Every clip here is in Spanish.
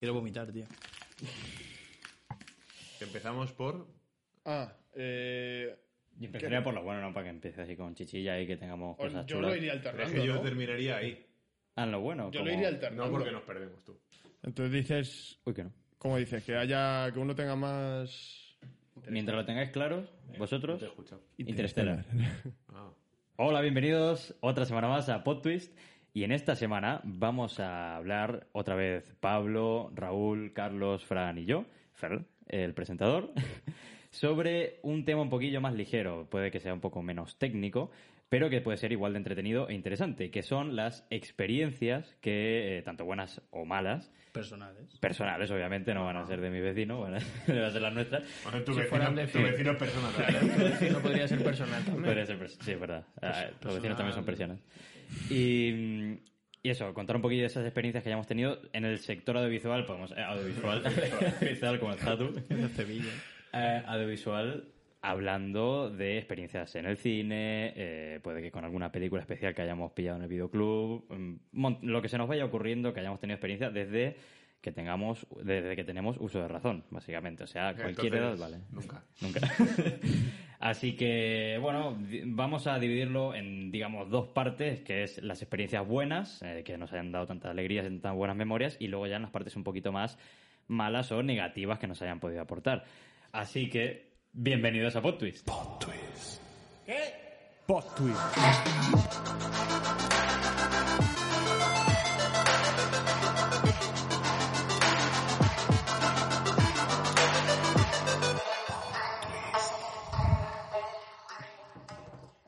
Quiero vomitar, tío. Empezamos por. Ah, eh, Yo empezaría por lo bueno, no para que empiece así con chichilla y que tengamos o- cosas yo chulas. lo iría Es alternando. que yo ¿no? terminaría ahí. Ah, lo bueno. Yo lo como- iría No, alternando. porque nos perdemos tú. Entonces dices, Uy, que no. ¿cómo dices? Que haya, que uno tenga más. Mientras lo tengáis claro, No vosotros, te he escuchado. Interstellar. Ah. Hola, bienvenidos otra semana más a PodTwist. Y en esta semana vamos a hablar otra vez Pablo, Raúl, Carlos, Fran y yo, Fer, el presentador, sobre un tema un poquillo más ligero, puede que sea un poco menos técnico, pero que puede ser igual de entretenido e interesante, que son las experiencias que, eh, tanto buenas o malas, Personales. personales obviamente, no van a ser de mi vecino, van a van a ser las nuestras, O sea, tu, Si vecino, fueran de tu fe. vecino es persona. no podría ser personal también. Podría ser pers- sí, es verdad. Ah, los vecinos personal. también son persianas. Y, y eso, contar un poquillo de esas experiencias que hayamos tenido en el sector audiovisual. Podemos, eh, audiovisual, audiovisual, como está tú. Sevilla. Eh, audiovisual, hablando de experiencias en el cine, eh, puede que con alguna película especial que hayamos pillado en el videoclub, mm, mon- lo que se nos vaya ocurriendo, que hayamos tenido experiencias desde que tengamos, desde que tenemos uso de razón, básicamente. O sea, cualquier edad, Entonces, vale. Nunca. Nunca. Así que, bueno, di- vamos a dividirlo en, digamos, dos partes, que es las experiencias buenas, eh, que nos hayan dado tantas alegrías y tantas buenas memorias, y luego ya en las partes un poquito más malas o negativas que nos hayan podido aportar. Así que, bienvenidos a PodTwist.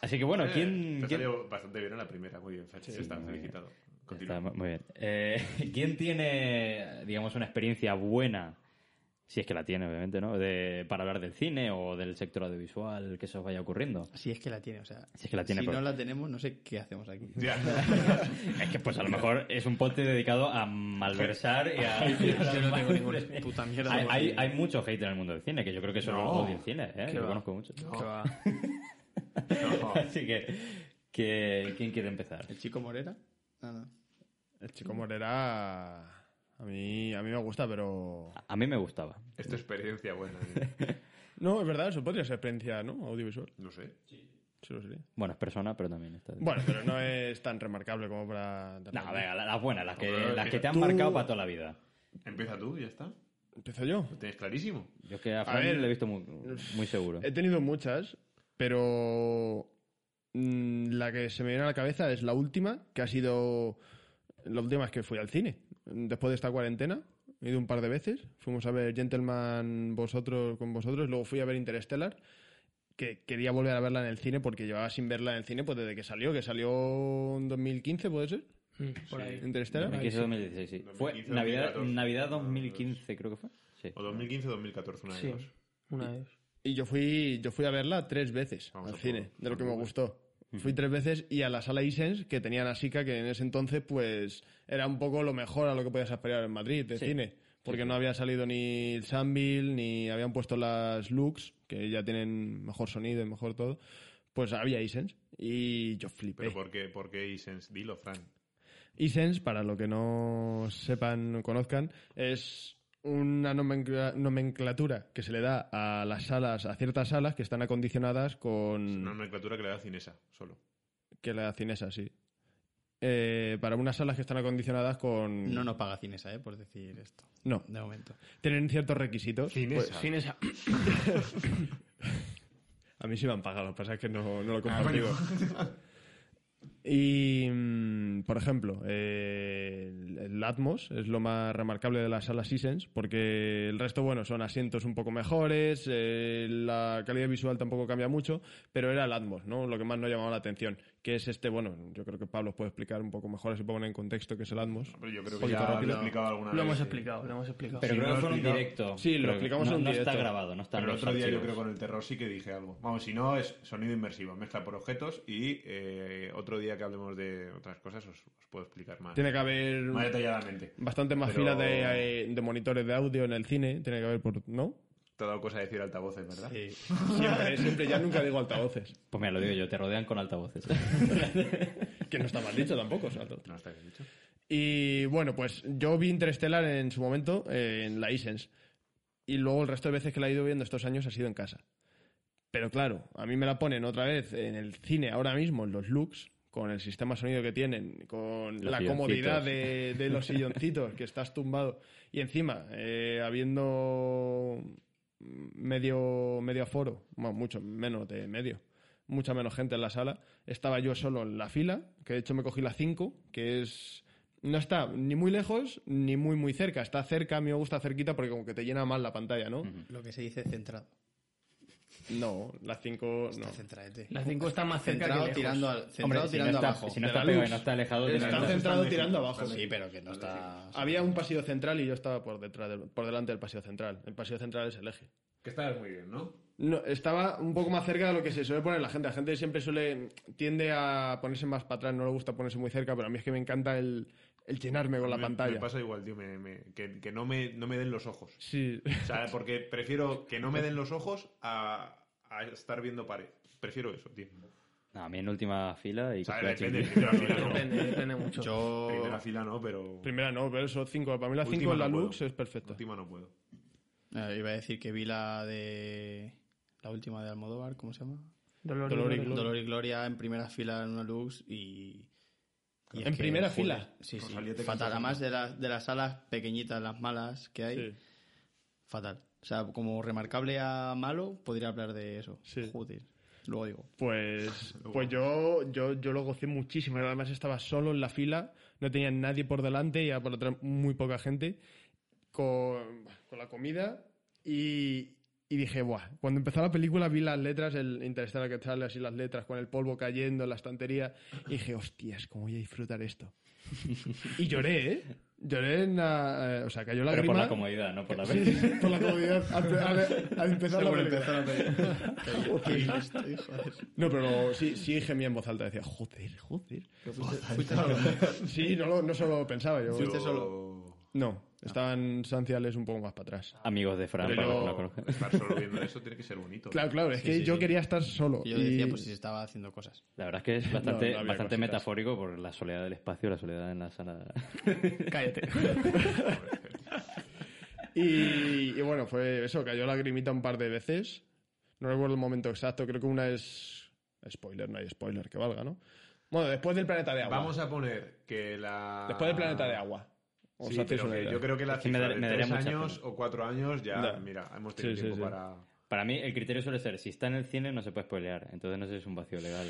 Así que, bueno, ¿quién...? Eh, Te quién- salió bastante bien a la primera. Muy bien, Fachi. está muy bien. felicitado. Está Continúa. mu- muy bien. Eh, ¿Quién tiene, digamos, una experiencia buena, si es que la tiene, obviamente, ¿no? De, para hablar del cine o del sector audiovisual que se os vaya ocurriendo. Si es que la tiene, o sea. Si es que la tiene, si pero- no la tenemos, no sé qué hacemos aquí. Ya. Es que, pues, a lo mejor es un pote dedicado a malversar y a... Yo no tengo ninguna puta mierda. Hay, hay, hay mucho hate en el mundo del cine, que yo creo que solo No. odia el cine, ¿eh? Qué Yo va. conozco mucho. Que va. No. Así que, que- ¿quién quiere empezar? ¿El chico Morera? No, no. El chico Morera. A mí, a mí me gusta, pero. A mí me gustaba. Es tu experiencia buena. ¿eh? No, es verdad, eso podría ser experiencia, ¿no? Audiovisual. No sé. Sí, lo sería. Bueno, es persona, pero también está... Bueno, pero no es tan remarcable como para. No, venga, la- las buenas, las que, Hombre, las que te han tú- marcado para toda la vida. Empieza tú, ya está. Empiezo yo. Lo tienes clarísimo. Yo es que a A Fran ver. ¿Eh, le he visto muy, muy seguro. He tenido muchas, pero mm, la que se me viene a la cabeza es la última, que ha sido la última vez que fui al cine. Después de esta cuarentena, he ido un par de veces. Fuimos a ver Gentleman vosotros con vosotros, luego fui a ver Interstellar, que quería volver a verla en el cine porque llevaba sin verla en el cine pues desde que salió, que salió en 2015, ¿puede ser? Mm, Por ahí. Interstellar. 2015, 2016, sí. Fue 2015, Navidad, 2014. Navidad 2015, creo que fue. Sí. O 2015 o 2014, una de Sí, dos. una vez. Y yo fui, yo fui a verla tres veces Vamos al a cine, probar. de lo que me Vamos a gustó. Fui tres veces y a la sala Isens, que tenían a Sica, que en ese entonces, pues, era un poco lo mejor a lo que podías esperar en Madrid de Sí. cine. Porque no había salido ni el Sambil, ni habían puesto las Lux, que ya tienen mejor sonido y mejor todo. Pues había Isens. Y yo flipé. Eh. Pero ¿por qué, por qué Isens? Dilo, Fran. Isense, para lo que no sepan o conozcan, es una nomencla- nomenclatura que se le da a las salas, a ciertas salas que están acondicionadas Mm. Es con... una nomenclatura que le da Cinesa, solo. que la cinesa, sí. Eh, para unas salas que están acondicionadas con... No nos paga Cinesa, ¿eh? Por decir esto. No, De momento. tienen ciertos requisitos. Pues, sin esa. A mí sí me han pagado, lo que pasa es que no, no lo he compartido. Y, mm, por ejemplo, eh, el- el Atmos es lo más remarcable de las salas Seasons, porque el resto, bueno, son asientos un poco mejores, eh, la calidad visual tampoco cambia mucho, pero era el Atmos, ¿no? Lo que más nos llamaba la atención, que es este, bueno, yo creo que Pablo os puede explicar un poco mejor, si pone en contexto qué es el Atmos. Pero yo creo que Poquito ya lo he rápido. explicado alguna vez. Lo hemos eh. explicado, lo hemos explicado. Pero Sí, creo no lo que fue en un explicamos. directo. Sí, lo Creo que explicamos no- en un No está directo. grabado, no está en Pero el los otro día yo archivos. creo con el terror sí que dije algo. Vamos, si no es sonido inmersivo, mezcla por objetos y eh, otro día que hablemos de otras cosas os, os puedo explicar más. Tiene que haber Más detalladamente. bastante más Pero- filas de, eh, de monitores de audio en el cine, tiene que haber, por, ¿no? Te ha dado cosa a decir altavoces, ¿verdad? Sí. Eh, Siempre, siempre, ya nunca digo altavoces. Pues mira, lo digo yo, te rodean con altavoces. ¿eh? Que no está mal dicho tampoco, o sea, todo. No está bien dicho. Y bueno, pues yo vi Interstellar en su momento eh, en la iSense. Y luego el resto de veces que la he ido viendo estos años ha sido en casa. Pero claro, a mí me la ponen otra vez en el cine ahora mismo, en los looks, con el sistema sonido que tienen, con Los la silloncitos. comodidad de, de los silloncitos, que estás tumbado. Y encima, eh, habiendo medio, medio aforo, bueno, mucho menos de medio, mucha menos gente en la sala, estaba yo solo en la fila, que de hecho me cogí la 5, que es... No está ni muy lejos ni muy muy cerca. Está cerca, a mí me gusta cerquita porque como que te llena más la pantalla, ¿no? Lo que se dice centrado. No, la 5 no. Está eh, centradete. La 5 está más cerca que Centrado lejos. tirando, al, centrado Hombre, si no tirando está, abajo. si no de está la pegado luz. y no está alejado, Está tiene- centrado tirando abajo. Sí, pero que no está... Había un pasillo central y yo estaba por detrás del- por delante del pasillo central. El pasillo central es el eje. Que estabas muy bien, ¿no? No, estaba un poco más cerca de lo que se suele poner la gente. La gente siempre suele tiende a ponerse más para atrás, no le gusta ponerse muy cerca, pero a mí es que me encanta el, el llenarme con la Me- pantalla. Me pasa igual, tío, me- me- que, que no, me, no me den los ojos. Sí. O sea, porque prefiero que no me den los ojos a, a estar viendo pared. Prefiero eso, tío. No, a mí en última fila y O sea, cogí la depende, chiqui. primera fila no. Depende, depende mucho. Yo... Primera fila no, pero Primera no, pero eso 5. Para mí la 5 Última en la no puedo. Lux es perfecta. última no puedo. Eh, iba a decir que vi la de... La última de Almodóvar, ¿cómo se llama? Dolor, y Dolor y gloria. Dolor y Gloria en primera fila en una luz y... y es ¿En primera fila? Sí, sí. Rosalía te Fatal. canta Además de, las de las salas pequeñitas, las malas que hay, Sí. fatal. O sea, como remarcable a malo, podría hablar de eso. Sí. Joder. Luego digo. Pues, pues yo, yo, yo lo gocé muchísimo. Además estaba solo en la fila, no tenía nadie por delante y a por atrás muy poca gente con, con la comida y, y dije, buah, cuando empezó la película vi las letras, el Interstellar que sale así las letras con el polvo cayendo en la estantería y dije, hostias, cómo voy a disfrutar esto. y lloré, ¿eh? Lloré en la... eh, o sea, cayó la Pero por la grima. comodidad, no por la Sí, sí, por la comodidad. Al, al- al empezar la película. Qué listo, hijo de- No, pero sí, sí gemía en voz alta. Decía, joder, joder. Fuiste solo. Sí, no, lo- no solo lo pensaba yo. Fuiste Yo- No, estaban sanciales un poco más para atrás. Amigos de Fran, Pero para los que yo- no conozcan. Estar solo viendo eso tiene que ser bonito. Claro, claro, es Sí, que sí, yo sí. quería estar solo. Y Yo y- decía, pues si se estaba haciendo cosas. La verdad es que es bastante, no había bastante cositas. metafórico por la soledad del espacio, la soledad en la sala. Cállate. y, y bueno, fue eso, cayó la grimita un par de veces. No recuerdo el momento exacto, creo que una es... Spoiler, no hay spoiler que valga, ¿no? Bueno, después del planeta de agua. Vamos a poner que la... Después del planeta de agua. Os Sí, hacéis pero una que idea. yo creo que la Es que me cifra da- de me daría tres mucha años pena. o cuatro años ya, Ya. mira, hemos tenido Sí, sí, tiempo sí. para... Para mí, el criterio suele ser: si está en el cine, no se puede spoilear. Entonces, no sé si es un vacío legal.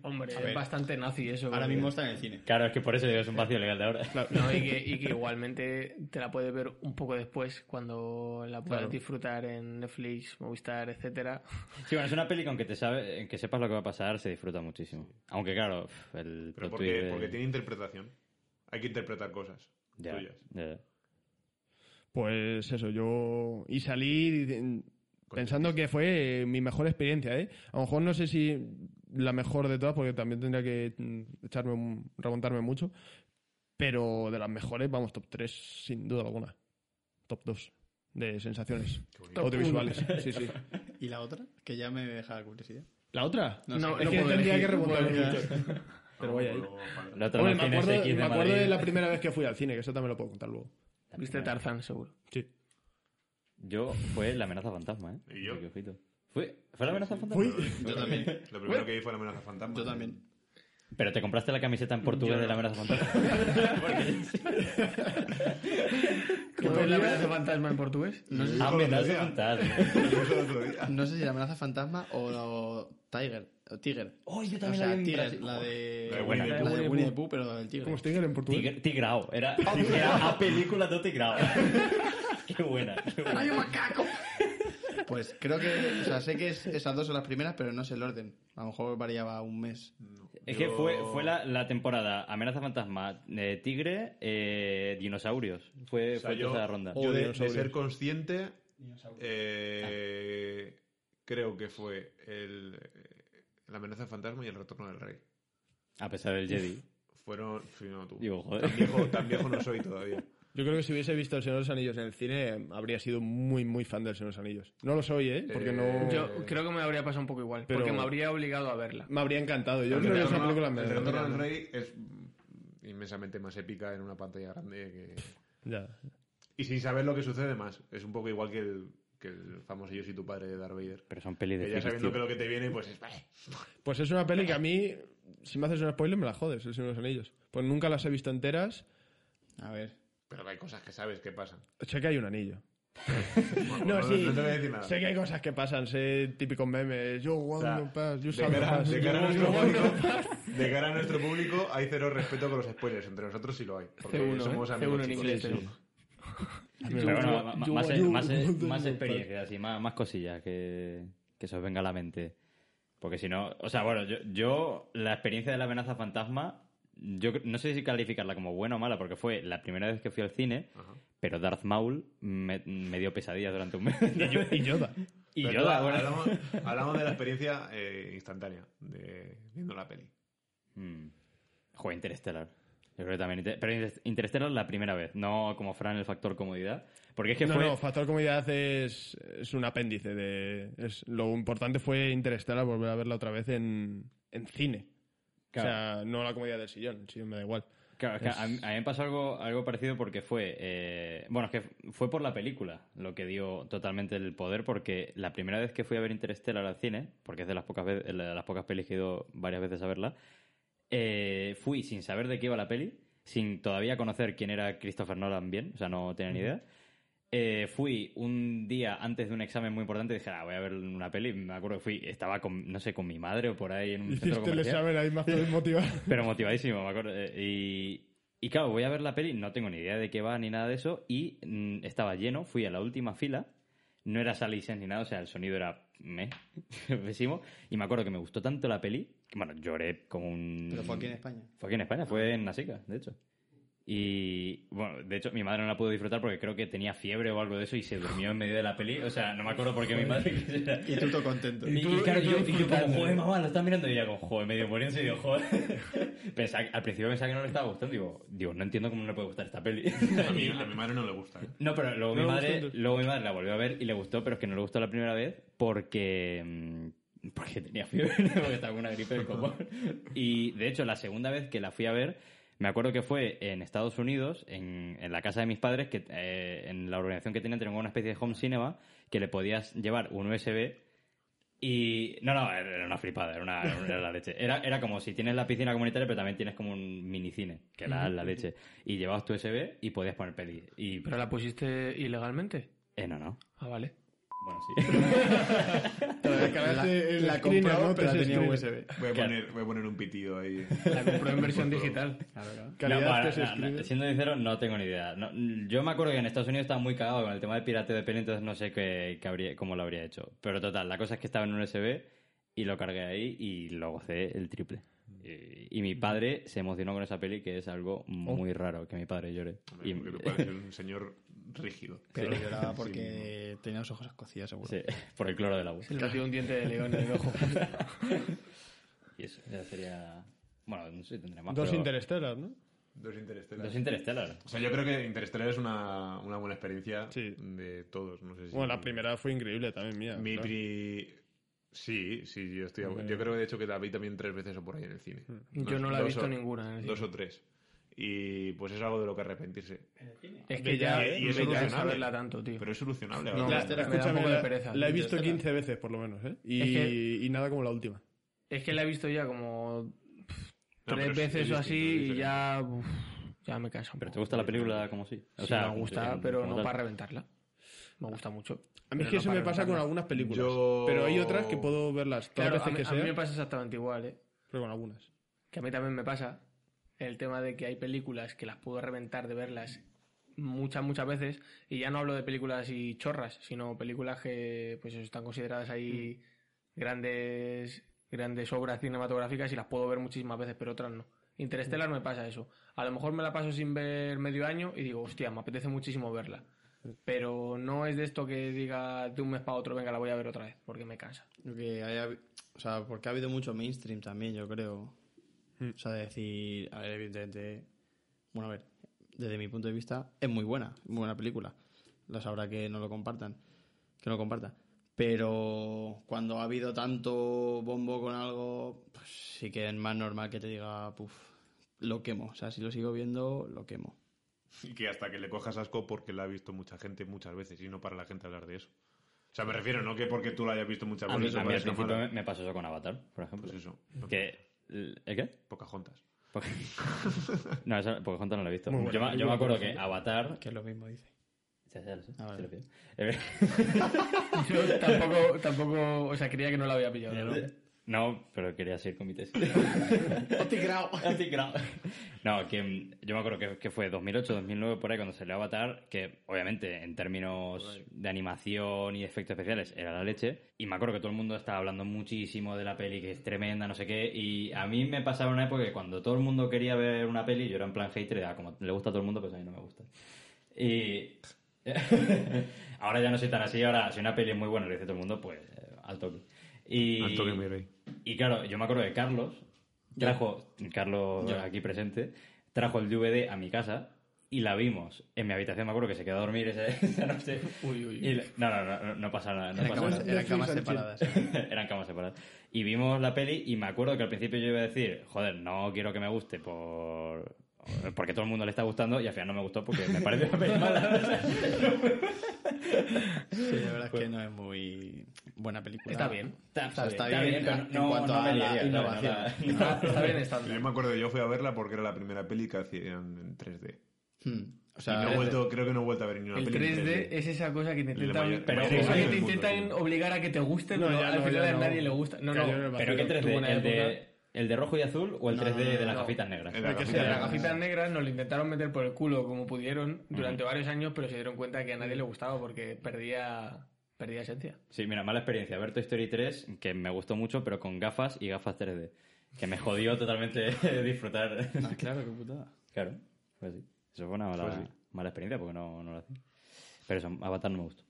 Hombre, ver. es bastante nazi eso. Ahora porque- mismo está en el cine. Claro, es que por eso digo: es un vacío legal de ahora. No, y que, y que igualmente te la puedes ver un poco después cuando la puedas Claro. disfrutar en Netflix, Movistar, etcétera. Sí, bueno, es una peli que aunque, te sabe, que sepas lo que va a pasar, se disfruta muchísimo. Aunque, claro, pf, el Pero plot porque, twist de- porque tiene interpretación. Hay que interpretar cosas Ya, tuyas. ya, ya. Pues eso, yo. Y salí eh, pensando que fue eh, mi mejor experiencia, ¿eh? A lo mejor no sé si la mejor de todas, porque también tendría que mm, echarme un- remontarme mucho. Pero de las mejores, vamos, top 3, sin duda alguna. Top 2 de sensaciones bonito. audiovisuales. Sí, sí. ¿Y la otra? Que ya me deja la curiosidad. ¿La otra? No, No, sé. es que puedo tendría elegir, que no puedo remontarme elegir. Pero voy a ir. Luego, luego, La para- otra Hombre, no me tiene acuerdo, SX de me acuerdo Madrid. de la primera vez que fui al cine, que eso también lo puedo contar luego. Viste Tarzan, seguro. Sí. Yo fue la amenaza fantasma, ¿eh? ¿Y yo? Oye, qué ojito. ¿Fue, ¿Fue la amenaza fantasma? Uy, Yo también. Lo primero que vi fue la amenaza fantasma. Yo también. Pero te compraste la camiseta en portugués de la amenaza fantasma. Porque- ¿Cómo es la amenaza fantasma en portugués? No sé, si- Ah, amenaza día. fantasma. Eso el otro día. no sé si la amenaza fantasma o, o Tiger. O Tiger. Oh, yo O también sea, la vi en Tiger, Brasil. la de, La de la Winnie the de Pooh. Winnie the Pooh, pero del tigre. ¿Cómo estoy en portugués? Tigre- tigrao. Era, era a película do Tigrao. qué buena. qué buena. Pues creo que, o sea, sé que es- esas dos son las primeras, pero no sé el orden. A lo mejor variaba un mes. Es que Yo- fue, fue la, la temporada Amenaza Fantasma, eh, Tigre, eh, Dinosaurios. Eh, Fue, O sea, fue pues yo- toda la ronda. Yo de, de Dinosaurios. ser consciente, eh, creo que fue el, la amenaza fantasma y el retorno del rey. A pesar del Jedi. Fueron... sí, no, tú. Digo, Tan joder. viejo, tan viejo no soy todavía. Yo creo que si hubiese visto El Señor de los Anillos en el cine, eh, habría sido muy, muy fan del Señor de los Anillos. No lo soy, ¿eh? Porque Eh, no... Yo Eh, creo que me habría pasado un poco igual, pero- porque me habría obligado a verla. Me habría encantado. Yo El creo que esa retorno- película me... el retorno del rey es mm, inmensamente más épica en una pantalla grande que... Ya. Y sin saber lo que sucede más. Es un poco igual que el, que el famoso Yo soy tu padre de Darth Vader. Pero son pelis de Que ya frikis, sabiendo tío. que lo que te viene, pues es... vale. Pues es una peli que a mí, si me haces un spoiler, me la jodes, el Señor de los Anillos. Pues nunca las he visto enteras. A ver. Pero hay cosas que sabes que pasan. Sé que hay un anillo. Bueno, No, sí. te voy a decir nada. Sé que hay cosas que pasan, sé típicos memes. Yo, O one sea, pass, yo de, cara, pass. de cara a nuestro Yo, público, de cara a nuestro público, hay cero respeto con los spoilers. Entre nosotros sí lo hay. Porque C1, somos ¿eh? amigos C1 en chicos. inglés. Sí, sí. C1. Pero bueno, ma- yo- más, yo- más- yo- más experiencias y más, más cosillas que, que se os venga a la mente. Porque si no, o sea, bueno, yo, yo la experiencia de la amenaza fantasma, yo cre- no sé si calificarla como buena o mala, porque fue la primera vez que fui al cine, Ajá. pero Darth Maul me, me dio pesadillas durante un mes. Y yo- y Yoda. y Pero yo, tú, bueno. hablamos, hablamos de la experiencia eh, instantánea de viendo la peli. Mm. Juego Interestelar. Yo creo que también. Inter- Pero Inter- Interestelar la primera vez, no como Fran el factor comodidad. Porque es que No, fue. no, factor comodidad es, es un apéndice. De, es, lo importante fue Interstellar volver a verla otra vez en, en cine. Claro. O sea, no la comodidad del sillón, el sillón me da igual. Claro, es que a, mí- a mí me pasó algo, algo parecido porque fue. eh, bueno, es que fue por la película lo que dio totalmente el poder, porque la primera vez que fui a ver Interstellar al cine, porque es de las pocas, ve- de las pocas pelis que he ido varias veces a verla, eh, fui sin saber de qué iba la peli, sin todavía conocer quién era Christopher Nolan bien, o sea, no tenía ni idea. Eh, fui un día antes de un examen muy importante y dije, ah, voy a ver una peli. Me acuerdo que fui, estaba con, no sé, con mi madre o por ahí en un centro Hiciste el comercial. examen ahí más motivado. Pero motivadísimo, me acuerdo. Eh, Y, y claro, voy a ver la peli, no tengo ni idea de qué va ni nada de eso. Y mm, estaba lleno, fui a la última fila. No era Salisen ni nada, o sea, el sonido era meh, pésimo. Y me acuerdo que me gustó tanto la peli, que bueno, lloré como un. Pero fue aquí en España. Fue aquí en España, fue en Nasica, de hecho. Y bueno, de hecho, mi madre no la pudo disfrutar porque creo que tenía fiebre o algo de eso y se durmió en medio de la peli. O sea, no me acuerdo por qué mi madre. Y tú todo contento. Y, y claro, yo, y yo como, joder, mamá, lo estás mirando. Y ella como, joder, medio muriéndose. Y digo, joder. Pensaba- al principio pensaba que no le estaba gustando. Digo, digo no entiendo cómo no le puede gustar esta peli. A mi, a mi madre no le gusta. ¿eh? no, pero luego, No le mi gustó madre, entonces. luego mi madre la volvió a ver y le gustó, pero es que no le gustó la primera vez porque... mm, Porque tenía fiebre, porque estaba con una gripe de copón. Y de hecho, la segunda vez que la fui a ver, me acuerdo que fue en Estados Unidos, en, en la casa de mis padres, que eh, en la organización que tenían, tenían una especie de home cinema que le podías llevar un USB y. No, no, era una flipada, era, una, era la leche. Era, era como si tienes la piscina comunitaria, pero también tienes como un minicine, que era la leche. Y llevabas tu USB y podías poner peli. Y. ¿Pero la pusiste ilegalmente? Eh, no, no. Ah, vale. Bueno, sí. La, el la screen, compró, ¿no? pero la Tres tenía screen. USB. Voy a, Claro. poner, voy a poner un pitido ahí. La compró en versión digital. Claro, claro. Calidad No, que para- se no, no, escribe. siendo sincero, no tengo ni idea. No, yo me acuerdo que en Estados Unidos estaba muy cagado con el tema del pirateo de peli, entonces no sé qué, qué habría, cómo lo habría hecho. Pero total, la cosa es que estaba en un USB y lo cargué ahí y lo gocé el triple. Y, y mi padre se emocionó con esa peli, que es algo muy raro que mi padre llore. Hombre, Y, porque tu padre es un señor rígido. Pero Sí. lloraba Sí. porque tenía los ojos escocidos, seguro. sí, por el cloro del agua. Se le metió un diente de león en el ojo. Y eso ya sería. Bueno, no sé si tendrá más. Dos pero- Interstellar, ¿no? Dos interestelas. Dos Interstellar. O sea, yo creo que Interestelar es una, una buena experiencia Sí. de todos. No sé si... Bueno, la primera fue increíble también mía. Mi claro. pri- Sí, sí, yo estoy. Ok. Yo creo que de hecho que la vi también tres veces o por ahí en el cine. Mm. Yo Dos- no la he dos visto o- ninguna. en el Dos cine. o tres. Y pues es algo de lo que arrepentirse. Es que ya, Ya, y es me cansa solucionable. verla tanto, tío. Pero es solucionable. No, este ahora. este La, me da un escúchame, poco de la- pereza, la he visto Interstellar. 15 veces por lo menos, ¿eh? Y, Es que- y nada como la última. Es que la he visto ya como pf, No, tres pero es- veces es o distinto, es así y diferente. ya, uf, ya me cansa. un ¿Pero te poco. gusta la película como sí? O Sí, sea, me gusta, como- pero como no tal. para reventarla. Me gusta mucho. A mí es pero que no eso para me pasa con reventarla. algunas películas. Yo- Pero hay otras que puedo verlas todas Claro, las a mí, veces que a mí sea, me pasa exactamente igual, ¿eh? pero con algunas. Que a mí también me pasa el tema de que hay películas que las puedo reventar de verlas muchas, muchas veces. Y ya no hablo de películas y chorras, sino películas que pues eso, están consideradas ahí grandes, grandes obras cinematográficas y las puedo ver muchísimas veces, pero otras no. Interstellar me pasa eso. A lo mejor me la paso sin ver medio año y digo, hostia, me apetece muchísimo verla. Pero no es de esto que diga de un mes para otro, venga, la voy a ver otra vez, porque me cansa. Lo que haya- o sea, porque ha habido mucho mainstream también, yo creo. O sea, de decir, a ver, evidentemente, bueno, a ver, desde mi punto de vista es muy buena, muy buena película. Las habrá que no lo compartan, que no lo compartan. Pero cuando ha habido tanto bombo con algo, pues sí que es más normal que te diga, puf, lo quemo. O sea, si lo sigo viendo, lo quemo. Y eh, que hasta que le cojas asco porque la ha visto mucha gente muchas veces y no para la gente hablar de eso. O sea, me refiero, no que porque tú la hayas visto muchas A mí, veces. a mí al parezca principio mala. me, me pasó eso con Avatar, por ejemplo. Pues eso. que, ¿El qué? Pocas juntas. Porque... no, esa, porque Hunter no lo he visto. Muy Yo, buena me- yo me película, acuerdo por que ejemplo. Avatar... Que es lo mismo, dice. Ya, ya lo sé, Ah, vale. te lo pido. Eh, Yo tampoco, tampoco, o sea, creía que no la había pillado. ¿no? No, pero quería seguir con mi tesis. no, que mm, yo me acuerdo que, que fue 2008, 2009, por ahí, cuando salió Avatar, que obviamente en términos de animación y efectos especiales era la leche. Y me acuerdo que todo el mundo estaba hablando muchísimo de la peli, que es tremenda, no sé qué. Y a mí me pasaba una época que cuando todo el mundo quería ver una peli, yo era en plan hater, era como le gusta a todo el mundo, pues a mí no me gusta. Y ahora ya no soy tan así, ahora si una peli es muy buena, lo dice todo el mundo, pues eh, al toque. Y, Al toque, mi rey. Y claro, yo me acuerdo de Carlos, trajo, Carlos Yo. aquí presente, trajo el DVD a mi casa y la vimos en mi habitación, me acuerdo que se quedó a dormir esa, esa noche. Uy, uy. Y la- no, no, no, no, no pasa nada. No Eran pasa camas, nada. eran camas separadas. Eran camas separadas. Y vimos la peli y me acuerdo que al principio yo iba a decir, joder, no quiero que me guste por... Porque todo el mundo le está gustando y al final no me gustó porque me parece una peli mala. Sí, la verdad es que no es muy buena película. Está bien. Está, sea, está bien en- en cuanto a la innovación. Está, está bien Yo estándar. me acuerdo que yo fui a verla porque era la primera peli que hacían en 3D. Hmm. O y sea, no he vuelto, creo que no he vuelto a ver ni una Ah, El peli en 3D 3D. es esa cosa que te El intentan, mayor- Pero Sí, ojo, el que te mundo, intentan tío. obligar a que te guste, No, pero ya al no, final ya a no. nadie le gusta. No, no. Cayó en el Pero ¿qué Tuvo 3D? una ¿El época- de, ¿El de rojo y azul o el No, 3D no, no, de las no. gafitas negras? El de las Porque gafitas se- las negras. gafitas negras nos lo intentaron meter por el culo como pudieron durante varios años, pero se dieron cuenta que a nadie le gustaba porque perdía, perdía esencia. Sí, mira, mala experiencia. Ver Toy Story 3, que me gustó mucho, pero con gafas y gafas 3D. Que me jodió totalmente disfrutar. Ah, claro, qué putada. claro, fue así. Eso fue una mala, Fue así. mala experiencia porque no, no lo hacía. Pero eso, Avatar no me gustó.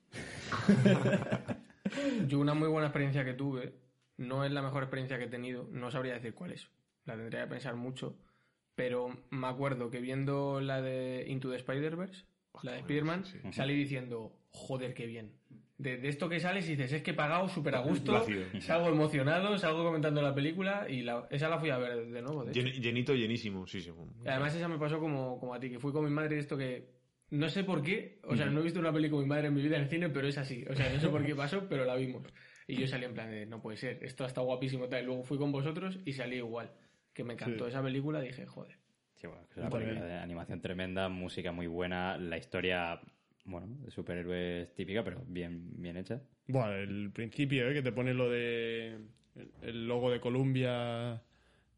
Yo una muy buena experiencia que tuve, no es la mejor experiencia que he tenido, no sabría decir cuál es. La tendría que pensar mucho, pero me acuerdo que viendo la de Into the Spider-Verse, la de Spider-Man, salí diciendo, joder, qué bien. De, de esto que sales y dices, es que he pagado súper a gusto, Plácido. salgo emocionado, salgo comentando la película y la- esa la fui a ver de nuevo. De hecho. Llen- llenito, llenísimo, sí, sí. Y Además, esa me pasó como, como a ti, que fui con mi madre y esto que. No sé por qué, o sea, no he visto una peli con mi madre en mi vida en el cine, pero es así. O sea, no sé por qué pasó, pero la vimos. Y yo salí en plan de, no puede ser, esto está guapísimo tal. Y luego fui con vosotros y salí igual. Que me encantó Sí. esa película, dije, joder. Sí, bueno, es una Yo también. película de animación tremenda, música muy buena, la historia, bueno, de superhéroes típica, pero bien, bien hecha. Bueno, el principio, ¿eh? que te pones lo de. el- El logo de Columbia,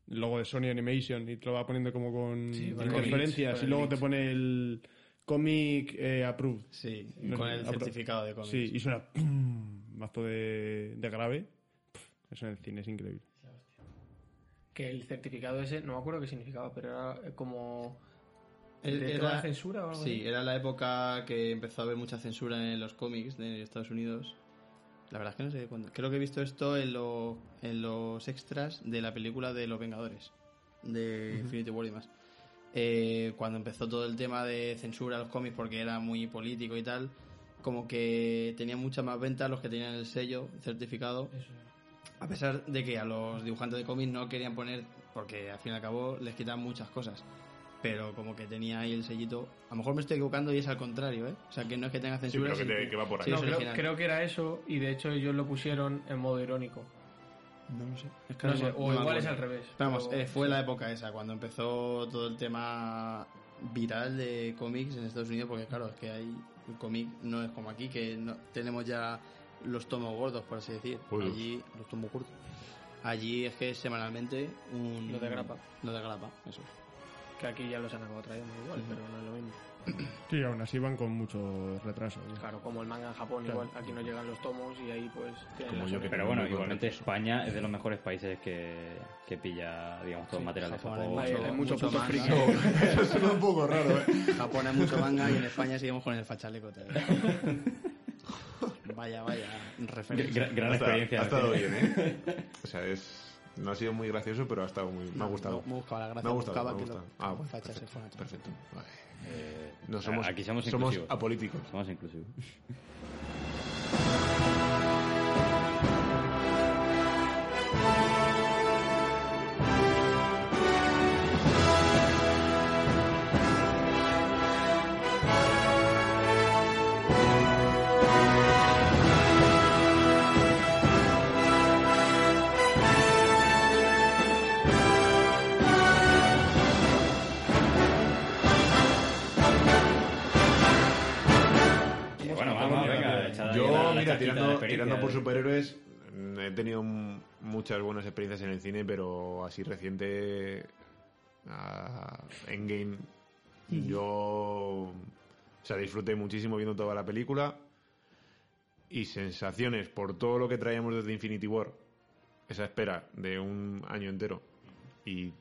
el logo de Sony Animation, y te lo va poniendo como con, Sí, con con el links, referencias. y con el luego links. te pone el cómic eh, approved. Sí, No, con el apro- certificado de cómics. Sí, y suena. ¡pum! Mazo de, de grave. Pff, Eso en el cine es increíble. Que el certificado ese, no me acuerdo qué significaba, pero era eh, como. El- ¿De era- toda la censura o algo Sí, así? era la época que empezó a haber mucha censura en los cómics de Estados Unidos. La verdad es que no sé cuándo. Creo que he visto esto en, lo- en los extras de la película de Los Vengadores, de Infinity War y demás. Eh, cuando empezó todo el tema de censura a los cómics porque era muy político y tal, como que tenía mucha más venta los que tenían el sello certificado. A pesar de que a los dibujantes de cómics no querían poner, porque al fin y al cabo les quitan muchas cosas. Pero como que tenía ahí el sellito. A lo mejor me estoy equivocando y es al contrario, ¿eh? O sea, que no es que tenga Sí, censura. pero que, sino te- que va por ahí. Sí, No, es creo, original. creo que era eso, y de hecho ellos lo pusieron en modo irónico. No lo sé. Es que No no sé, me- no o me igual acuerdo. es al revés. Pero Vamos, pero- eh, fue la época esa, cuando empezó todo el tema viral de cómics en Estados Unidos, porque claro, es que hay el cómic no es como aquí, que no- tenemos ya los tomos gordos, por así decir. Gordos. Allí, los tomos cortos. Allí es que semanalmente un... Lo de grapa. Lo de grapa, eso. Que aquí ya los han acabado trayendo igual, Ujú. pero no es lo mismo. Sí, aún así van con mucho retraso. ¿no? Claro, como el manga en Japón Claro. igual, aquí no llegan los tomos y ahí pues... tienen Como la yo suerte. que Pero tengo muy bueno, buen igualmente España es de los mejores países que, que pilla, digamos, todo el Sí, material de Japón, Japón. hay mucho- hay mucho puto manga. friki. Eso suena un poco raro, ¿eh? Japón hay mucho manga y en España seguimos con el fachaleco. tío. vaya, vaya, referencia. Gran, gran Ha estado- experiencia. Ha estado sí. bien, ¿eh? O sea, es... No ha sido muy gracioso, pero ha estado muy... Me ha gustado. No, no buscaba la gracia, Me ha gustado, buscaba me ha que lo- gustado. Ah, bueno, fachas se perfecto, fueran. perfecto. Vale. Eh, No somos, aquí somos, somos inclusivos. apolíticos. Somos inclusivos. ahí Yo, la- la mira, chaquita, la tirando, ¿eh? experiencia. tirando por superhéroes, mm, he tenido m- muchas buenas experiencias en el cine, pero así reciente, ah, Endgame, yo o sea, disfruté muchísimo viendo toda la película y sensaciones por todo lo que traíamos desde Infinity War, esa espera de un año entero y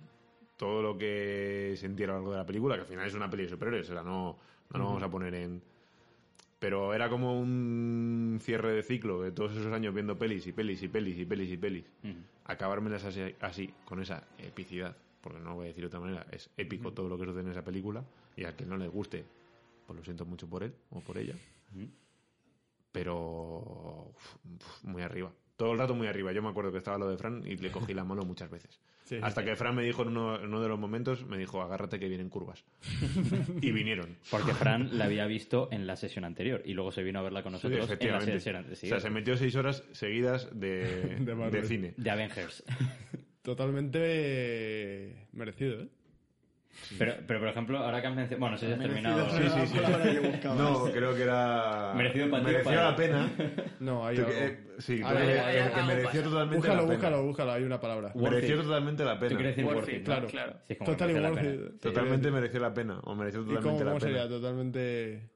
todo lo que sentí a lo largo de la película, que al final es una peli de superhéroes, o sea, no, no lo vamos a poner en... Pero era como un cierre de ciclo de todos esos años viendo pelis y pelis y pelis y pelis y pelis. Ujú. Acabármelas así, así, con esa epicidad, porque no voy a decir de otra manera, es épico todo lo que sucede en esa película y a quien no le guste, pues lo siento mucho por él o por ella. Pero uf, uf, muy arriba. Todo el rato muy arriba. Yo me acuerdo que estaba lo de Fran y le cogí la mano muchas veces. Hasta que Fran me dijo en uno, en uno de los momentos, me dijo, agárrate que vienen curvas. y vinieron. Porque Fran la había visto en la sesión anterior y luego se vino a verla con nosotros en la efectivamente. sesión anterior. o sea, se metió seis horas seguidas de, De de, Marvel. cine. De Avengers. Totalmente merecido, ¿eh? Pero, pero, por ejemplo, ahora que has mencionado... Bueno, no sé si has terminado... Merecido, Sí, sí, sí. la palabra que buscaba. No, creo que era... Merecido para ti, mereció para la él. Ah, pena. No, hay Tú algo. que- eh, sí, Algo, creo que- algo, que- que algo mereció pasa. totalmente Búscalo, la pena. búscalo, búscalo, hay una palabra. Worth Mereció it. totalmente la Tú quieres pena. decir Worth worth it, it, claro, ¿no? claro. Sí, es como Totally merece la worth pena. it. Totalmente mereció la pena. O mereció ¿Y totalmente cómo, la cómo pena. sería? Totalmente...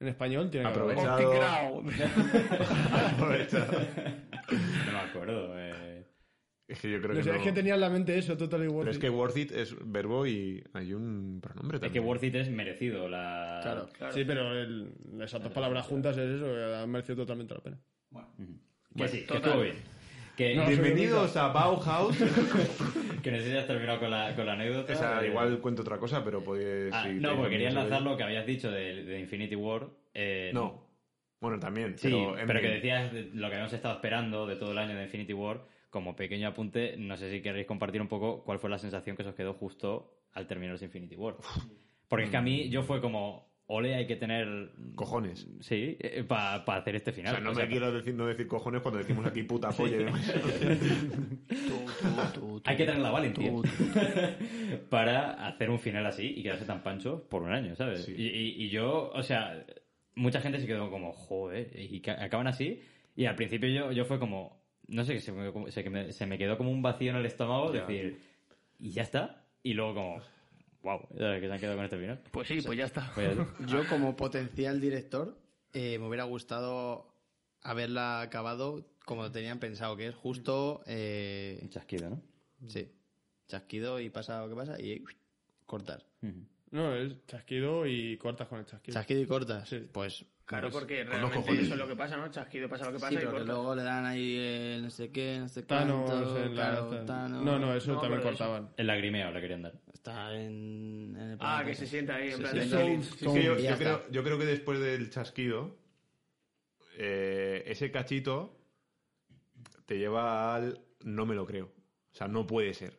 En español tiene que haber. Aprovecha. Off the Oh, ground. Aprovechado. No me acuerdo. eh. Es que yo creo No que sé, no. es que tenía en la mente eso, totally worth Pero es it. que worth it es verbo y hay un pronombre Es también. que worth it es merecido. La... Claro. Claro. Sí, pero el- esas dos palabras juntas es eso, que ha merecido totalmente la pena. Que sí, que total. estuvo bien. Que, No, Bienvenidos a Bauhaus. que no sé si has terminado con la, con la anécdota. Esa, eh. igual cuento otra cosa, pero podéis... Ah, si no, tenéis porque quería opinión sobre enlazar lo que habías dicho de, de Infinity War. eh, ello. No. Bueno, también. Sí, pero, pero, en que fin. decías de lo que habíamos estado esperando de todo el año de Infinity War. Como pequeño apunte, no sé si queréis compartir un poco cuál fue la sensación que se os quedó justo al terminar ese Infinity War. Mm. Porque es que a mí yo fue como, ole, hay que tener... Cojones. Sí, para hacer este O final. sea, no O me sea, quiero decir, no decir cojones cuando decimos aquí puta polla y demás. Hay que tener la valentía para hacer un final así y quedarse tan pancho por un año, ¿sabes? Sí. Y, y- y yo, o sea, mucha gente se quedó como, joder, y ca- acaban así. Y al principio yo, yo fue como, no sé, se me, se, me- se me quedó como un vacío en el estómago, Ya. decir, y ya está. Y luego como, wow, que se han quedado con este final. Pues sí, pues ya está. Pues ya está. Yo como potencial director eh, me hubiera gustado haberla acabado como tenían pensado, que es justo... eh, Un chasquido, ¿no? sí, chasquido y pasa lo que pasa y uy, cortar. Ujú. No, es chasquido y cortas con el chasquido. Chasquido y cortas. Sí. Pues... Claro, pues, porque los realmente cojones. eso es lo que pasa, ¿no? Chasquido pasa lo que pasa Sí, y pero que corta. luego le dan ahí el no sé qué, no sé Thanos, cuánto, en la- claro, Thanos. No, no, eso No, también pero eso- cortaban. El lagrimeo le querían dar. Está en, en el Ah, planeta. que se sienta ahí, en Sí, plan... sí. de Eso- Solid. eso- Sí, Es que yo, Y yo ya creo, está. yo creo que después del chasquido, eh, ese cachito te lleva al no me lo creo. O sea, no puede ser.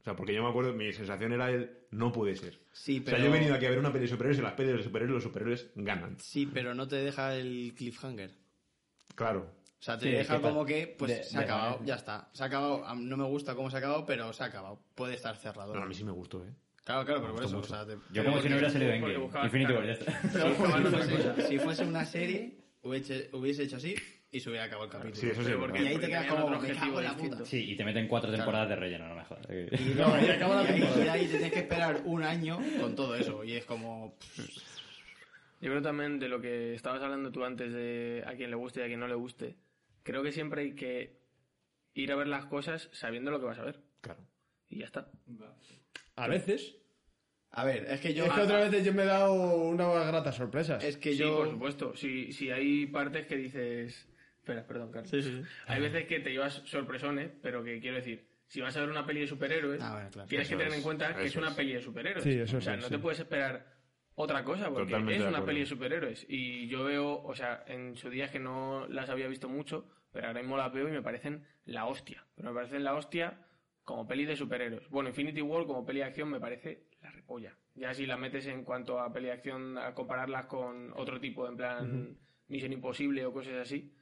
O sea, porque yo me acuerdo, mi sensación era el no puede ser. Sí, pero... O sea, yo he venido aquí a ver una peli de superhéroes y en las pelis de superhéroes los superhéroes ganan. Sí, pero no te deja el cliffhanger. Claro. O sea, te Sí, deja ¿qué pasa? como que, pues De- se ha de- acabado, ya está. Se ha acabado, Am- no me gusta cómo se ha acabado, pero se ha acabado. Puede estar cerrado. No, a mí sí me gustó, ¿eh? Claro, claro, pero Me por eso. gustó O sea, te- Yo Pero como si no porque- hubiera salido en porque Game. buscaban- Infinity War, ya claro. está. Pero Sí, bueno, bueno, no sé, sí. o sea, si fuese una serie, hubiese, hubiese hecho así y se hubiera acabado el capítulo. Sí, eso sí. es Pero verdad. porque- Y ahí porque te quedas tenían como, otro me objetivo cago en la distinto. puta. Sí, y te meten cuatro temporadas de relleno, no me jodas. Y, no, y, ahí, y ahí te tienes que esperar un año con todo eso. Y es como. Yo creo también de lo que estabas hablando tú antes de a quien le guste y a quien no le guste. Creo que siempre hay que ir a ver las cosas sabiendo lo que vas a ver. Claro. Y ya está. A veces. A ver, es que yo. es que otra vez yo me he dado una grata sorpresa. Es que Sí, yo. por supuesto. Si, si hay partes que dices... Espera, perdón, Carlos. Hay veces que te llevas sorpresones, pero que quiero decir, si vas a ver una peli de superhéroes, Ah, bueno, claro. tienes que Eso tener es, en cuenta que es eso una es. peli de superhéroes. Sí, eso o sea, sí, no sí. te puedes esperar otra cosa porque Totalmente de es una acuerdo. peli de superhéroes. Y yo veo, o sea, en su día es que no las había visto mucho, pero ahora mismo las veo y me parecen la hostia. Pero me parecen la hostia como peli de superhéroes. Bueno, Infinity War como peli de acción me parece la repolla. Ya si la metes en cuanto a peli de acción, a compararlas con otro tipo, en plan Misión Imposible o cosas así,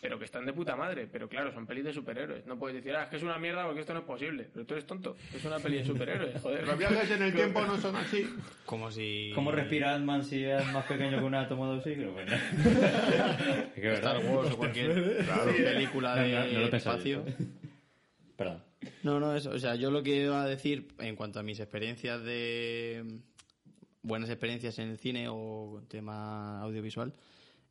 pero que están de puta madre. Pero claro, son pelis de superhéroes. No puedes decir, ah, es que es una mierda porque esto no es posible. Pero tú eres tonto. Es una peli de superhéroes, joder. Los viajes en el tiempo no son así. Como si. ¿Cómo respira Ant-Man si es más pequeño que un átomo de oxígeno? Bueno. es que es Star verdad. Wars o cualquier película No, de no, no lo he pensado espacio. Perdón. No, no, eso. O sea, yo lo que iba a decir en cuanto a mis experiencias de. buenas experiencias en el cine o tema audiovisual,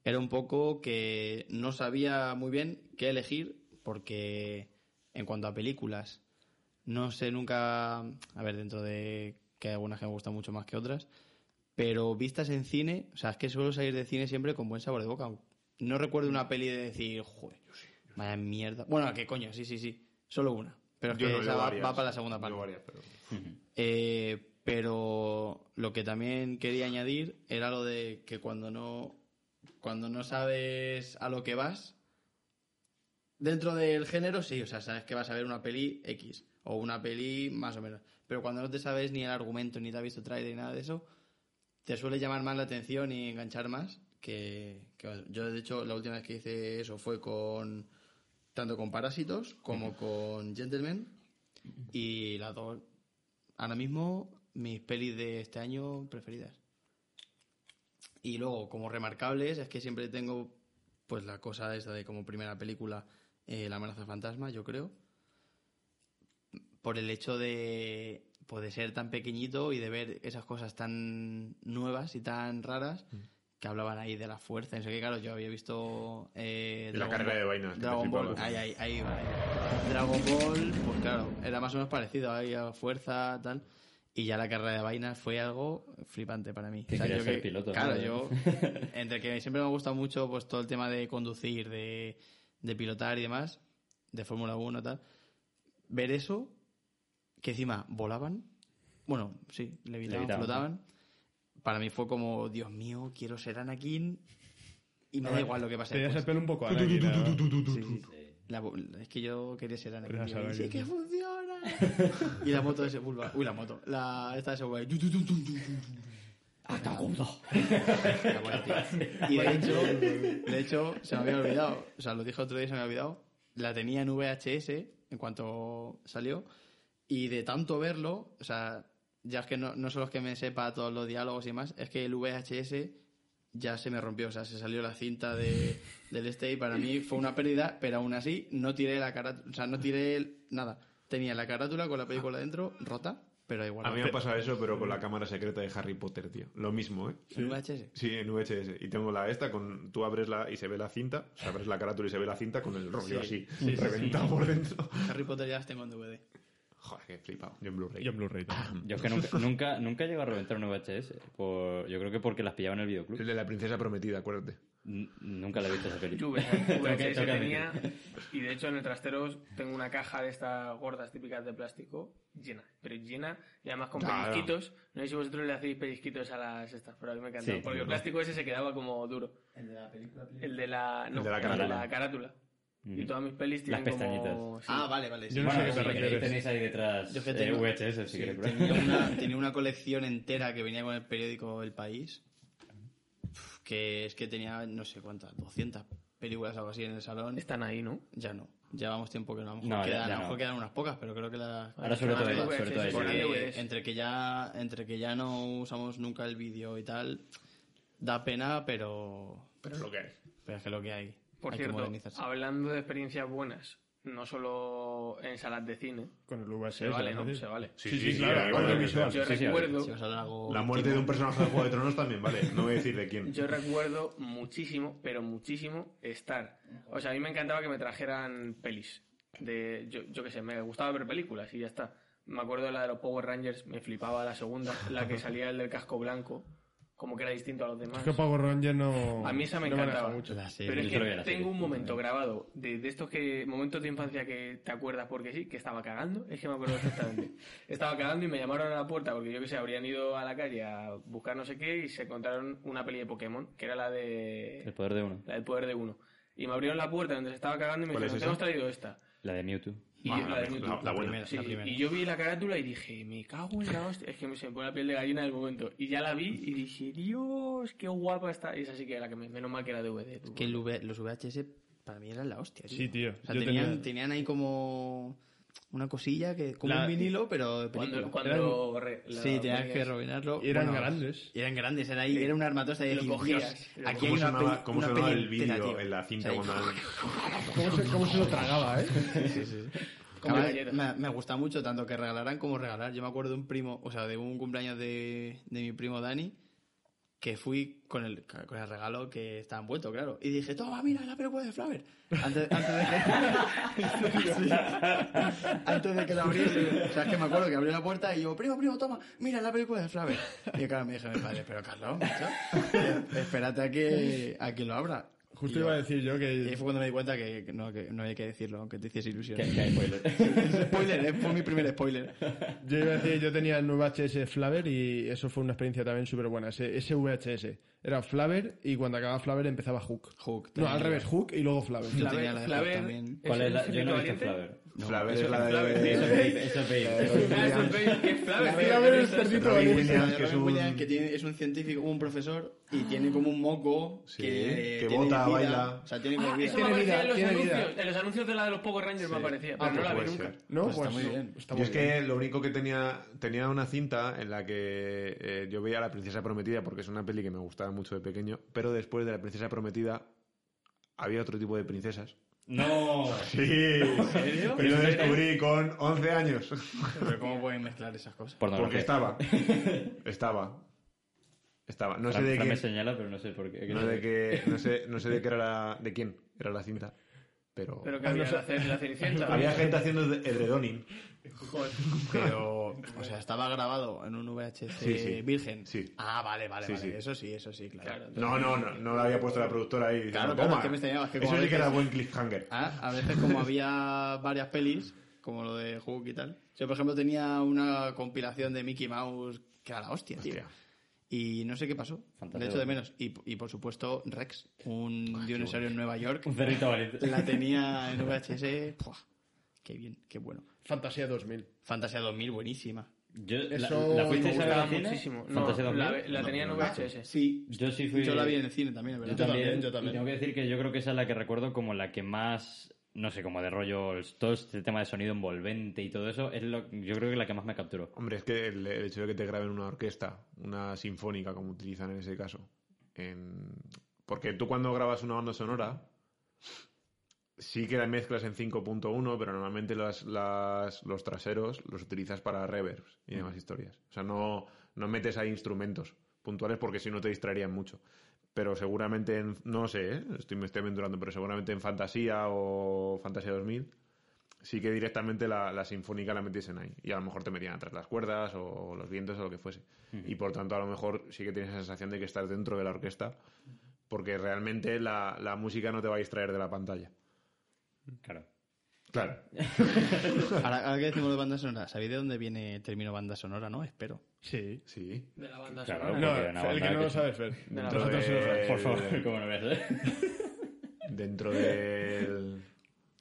era un poco que no sabía muy bien qué elegir, porque en cuanto a películas, no sé nunca. A ver, dentro de que hay algunas que me gustan mucho más que otras, pero vistas en cine, o sea, es que suelo salir de cine siempre con buen sabor de boca. No recuerdo una peli de decir, joder, vaya mierda. Bueno, que coño, sí, sí, sí, solo una. Pero es Yo que no, esa yo va, varias. va para la segunda Yo parte. varias, pero- Eh, pero lo que también quería añadir era lo de que cuando no, cuando no sabes a lo que vas, dentro del género sí, o sea, sabes que vas a ver una peli X o una peli más o menos. Pero cuando no te sabes ni el argumento, ni te has visto trailer, ni nada de eso, te suele llamar más la atención y enganchar más. Que, que yo, de hecho, la última vez que hice eso fue con tanto con Parásitos como con Gentlemen. Y las dos, ahora mismo, mis pelis de este año preferidas. Y luego, como remarcables, es que siempre tengo pues la cosa esta de como primera película eh, La amenaza fantasma, yo creo. Por el hecho de, pues, de ser tan pequeñito y de ver esas cosas tan nuevas y tan raras Mm. que hablaban ahí de la fuerza. En sé qué, claro, yo había visto... eh, Y la Dragon carrera Ball- de vainas, que te Dragon Ball, flipaba. ahí, ahí, ahí va, ahí va. Dragon Ball, pues claro, era más o menos parecido, había fuerza, tal. Y ya la carrera de vainas fue algo flipante para mí. Que yo querías ser piloto, Claro, ¿no? yo, entre que siempre me ha gustado mucho pues todo el tema de conducir, de, de pilotar y demás, de Fórmula 1 tal, ver eso, que encima volaban, bueno, sí, levitaban, Levitaban, flotaban, para mí fue como, Dios mío, quiero ser Anakin y me da igual lo que pase Te das el después. pues, pelo un poco a Anakin, ¿no? Sí, sí. La bo- es que yo quería ser Anakin. Pero tío, no y sabe sí que- que funciona. y la moto de Sepulva. Uy, la moto. La, esta de Sepulva. Yu, yu, yu, yu, yu, yu, yu. Era buena, tío. Y de hecho, de hecho, se me había olvidado. O sea, lo dije otro día y se me había olvidado. La tenía en VHS en cuanto salió. Y de tanto verlo, o sea, ya es que no, no solo es que me sepa todos los diálogos y más, es que el VHS ya se me rompió, o sea, se salió la cinta de, del este y para mí fue una pérdida, pero aún así no tiré la carátula, o sea, no tiré el- nada. Tenía la carátula con la película dentro, rota, pero igual. A mí me ha pasado eso, pero con la cámara secreta de Harry Potter, tío. Lo mismo, ¿eh? Mm. ¿En VHS? Sí, en VHS. Y tengo la esta, con tú abres la y se ve la cinta, o sea, abres la carátula y se ve la cinta con el rollo Sí, así, reventado por dentro. Harry Potter ya las tengo en DVD. Joder, qué flipado. Yo en Blu-ray. Yo en Blu-ray también. Yo es que nunca, nunca, nunca llego a reventar un VHS. Por, yo creo que porque las pillaban en el videoclub. El de la princesa prometida, acuérdate. N- nunca la he visto esa Yo película. V- VHS Tengo que tenía, admitir. y de hecho en el trastero tengo una caja de estas gordas típicas de plástico llena, pero llena y además con Claro. pellizquitos. No sé si vosotros le hacéis pellizquitos a las estas, pero a mí me encantaba, Sí, porque yo el no. plástico ese se quedaba como duro. El de la El de la película, el de la, no, el de la carátula. Ujú. Y todas mis pelis Las tienen como... pestañitas. sí. Ah, vale, vale. sí. Yo no bueno, sé qué sí, te tenéis, refieres. tenéis ahí detrás Yo que eh, tengo- VHS, si Sí, queréis por ahí. tenía, una, tenía una colección entera que venía con el periódico El País, Uf, que es que tenía no sé cuántas, 200 películas o algo así en el salón. Están ahí, ¿no? Ya no, llevamos tiempo que no, a lo mejor, No, ya- quedan, ya a lo mejor no. quedan unas pocas, pero creo que la... Ahora sobre que todo, la- Ahora sobre todo VHS, eso. con Porque DVDs. entre que ya entre que ya no usamos nunca el vídeo y tal da pena pero Pero lo que es. pero es que lo que hay Por hay que cierto, modernizarse. hablando de experiencias buenas, no solo en salas de cine, Con el VHS. se vale, ¿no? ¿no? Se vale. Sí, sí, claro, ahí va, audiovisual. ahí va, ahí Yo sí, sí, recuerdo... si vas a hablar algo va. La muerte de un personaje de Juego de Tronos también, vale. No voy a decir de quién. Yo recuerdo muchísimo, pero muchísimo estar. O sea, a mí me encantaba que me trajeran pelis. De, yo, yo qué sé, me gustaba ver películas y ya está. Me acuerdo de la de los Power Rangers, me flipaba la segunda, la que salía el del casco blanco, como que era distinto a los demás. Es que Power Ranger no. A mí esa me no maneja encantaba. mucho. La serie. Pero es yo creo que que la serie. tengo un momento grabado de, de estos que momentos de infancia que te acuerdas porque sí, que estaba cagando, es que me acuerdo perfectamente. estaba cagando y me llamaron a la puerta porque yo que sé, habrían ido a la calle a buscar no sé qué y se encontraron una peli de Pokémon, que era la El de poder de uno. la del poder de uno. Y me abrieron la puerta donde se estaba cagando y me ¿Cuál dijeron, es esa? te hemos traído esta. La de Mewtwo. Y Ah, yo- la la de mejor, YouTube. la buena. primera, Sí, la y- primera. y yo vi la carátula y dije, me cago en la hostia. Es que me se me pone la piel de gallina en el momento. Y ya la vi y dije, Dios, qué guapa está. Y esa sí que era la que me, menos mal que era DVD. tú. que el V- los VHS para mí eran la hostia. Tío. Sí, tío. O sea, Yo tenían, tenía- tenían ahí como una cosilla que como La- un vinilo, pero de película. Cuando, cuando re- la Sí, tenías ponías- que robinarlo. Y eran grandes. Eran grandes, era, ahí, era una armatosta y Lo decís, cogías. "Dios, Aquí hay ¿Cómo una sonaba, peli- cómo una sonaba peli el entera, vídeo tío". en la cinta O sea, cuando... ¿Cómo se, cómo se lo tragaba, eh? Como Además, galletas. me, me gusta mucho tanto que regalaran como regalar. Yo me acuerdo de un primo, o sea, de un cumpleaños de, de mi primo Dani, que fui con el, con el regalo que estaba envuelto, claro. Y dije, toma, mira, la película de Flaver. Antes, antes de que... Sí. antes de que la abriese. O sea, es que me acuerdo que abrió la puerta y yo, primo, primo, toma, mira, la película de Flaver. Y claro, me dije, mi padre, pero Carlos, macho, espérate a que, a que lo abra. Justo Y yo- iba a decir yo y ahí Eh. que. fue cuando me di cuenta que, que no, que no había que decirlo, aunque te hiciese ilusión. Que- que hay spoiler. spoiler, eh, fue mi primer spoiler. Yo iba a decir, yo tenía el nuevo VHS Flaver y eso fue una experiencia también súper buena. Ese, ese VHS era Flaver y cuando acababa Flaver empezaba Hook. Hook. No, también. al revés, Hook y luego Flaver. Yo Flaver- tenía la de Flaver- Hook también. ¿Cuál es la- Yo ¿Es no he visto Valiente? Flaver. Flaver es la Flaver, de... sí, Eso es Babe, eso es Babe. Ah, eso es Babe, que es Flaver, Flaver tío, es eso es- perdido. La Robin de Williams, que es Robin Williams, un... Ah. que tiene- es un científico, un profesor, y tiene como un moco Sí, que, eh, que tiene bota, vida. baila. O sea, tiene como Ah, vida. eso me Tiene aparecía en vida, los tiene vida. anuncios. Ah, En los anuncios de la de los Power Rangers me aparecía, pero no la vi puede nunca. ser. ¿No? Pues está muy no, bien. está Yo muy es que lo único que tenía, tenía una cinta en la que eh, yo veía La Princesa Prometida porque es una peli que me gustaba mucho de pequeño, pero después de La Princesa Prometida había otro tipo de princesas. No. Sí, ¿En serio? Y lo descubrí con 11 años. Pero ¿cómo pueden mezclar esas cosas? Pornografía. Porque estaba. Estaba. Estaba. No sé Fran- de Fran me quién. señala, pero no sé por qué. No, de qué- no sé, no sé de qué era la, de quién era la cinta. Pero. Pero que había la ce- la Cenicienta. Había gente haciendo edredoning. Pero, o sea, estaba grabado en un VHS Sí, sí. virgen. Sí. Ah, vale, vale, Sí, vale. sí. Eso sí, eso sí, claro. No, no, no, no la había puesto la productora ahí. Claro, diciendo, claro, "Toma". es que me extrañaba, es que Eso como sí que a era veces- buen cliffhanger. Ah, a veces como había varias pelis, como lo de Hook y tal. Yo, por ejemplo, tenía una compilación de Mickey Mouse que era la hostia, tío. Hostia. Y no sé qué pasó. Fantástico. Le echo de menos. Y, y, por supuesto, Rex, un dinosaurio en Nueva York. Un cerrito valiente. La tenía en VHS. ¡Puah! Qué bien, qué bueno. Fantasía 2000. Fantasía 2000, buenísima. Yo, la- Eso la, me Me fuisteis a ver gustaba al cine? muchísimo. No, Fantasía la, 2000. la tenía en VHS. Sí, Yo sí fui. yo la vi en el cine también, es Yo ¿verdad? también, también, yo también. Y tengo que decir que yo creo que esa es la que recuerdo como la que más, no sé, como de rollo, todo este tema de sonido envolvente y todo eso, es lo, yo creo que la que más me capturó. Hombre, es que el, el hecho de que te graben una orquesta, una sinfónica, como utilizan en ese caso. en- Porque tú cuando grabas una banda sonora, sí que la mezclas en 5.1, pero normalmente las, las- los traseros los utilizas para reverbs y demás historias. O sea, no, no metes ahí instrumentos puntuales porque si no te distraerían mucho. Pero seguramente, en- no sé, ¿eh? estoy, me estoy aventurando, pero seguramente en Fantasía o Fantasía 2000 sí que directamente la, la sinfónica la metiesen ahí. Y a lo mejor te metían atrás las cuerdas o los vientos o lo que fuese. Y por tanto, a lo mejor sí que tienes la sensación de que estás dentro de la orquesta porque realmente la, la música no te va a distraer de la pantalla. Claro. Claro. Ahora, ahora que decimos de banda sonora, ¿sabéis de dónde viene el término banda sonora, no? Espero. Sí. Sí. De la banda Claro. sonora. No, Porque una el banda que no que lo sí. sabe, Fer. De la Nosotros sí lo sabemos. El- eh, Por favor, ¿cómo no voy a eh, saber? Dentro del-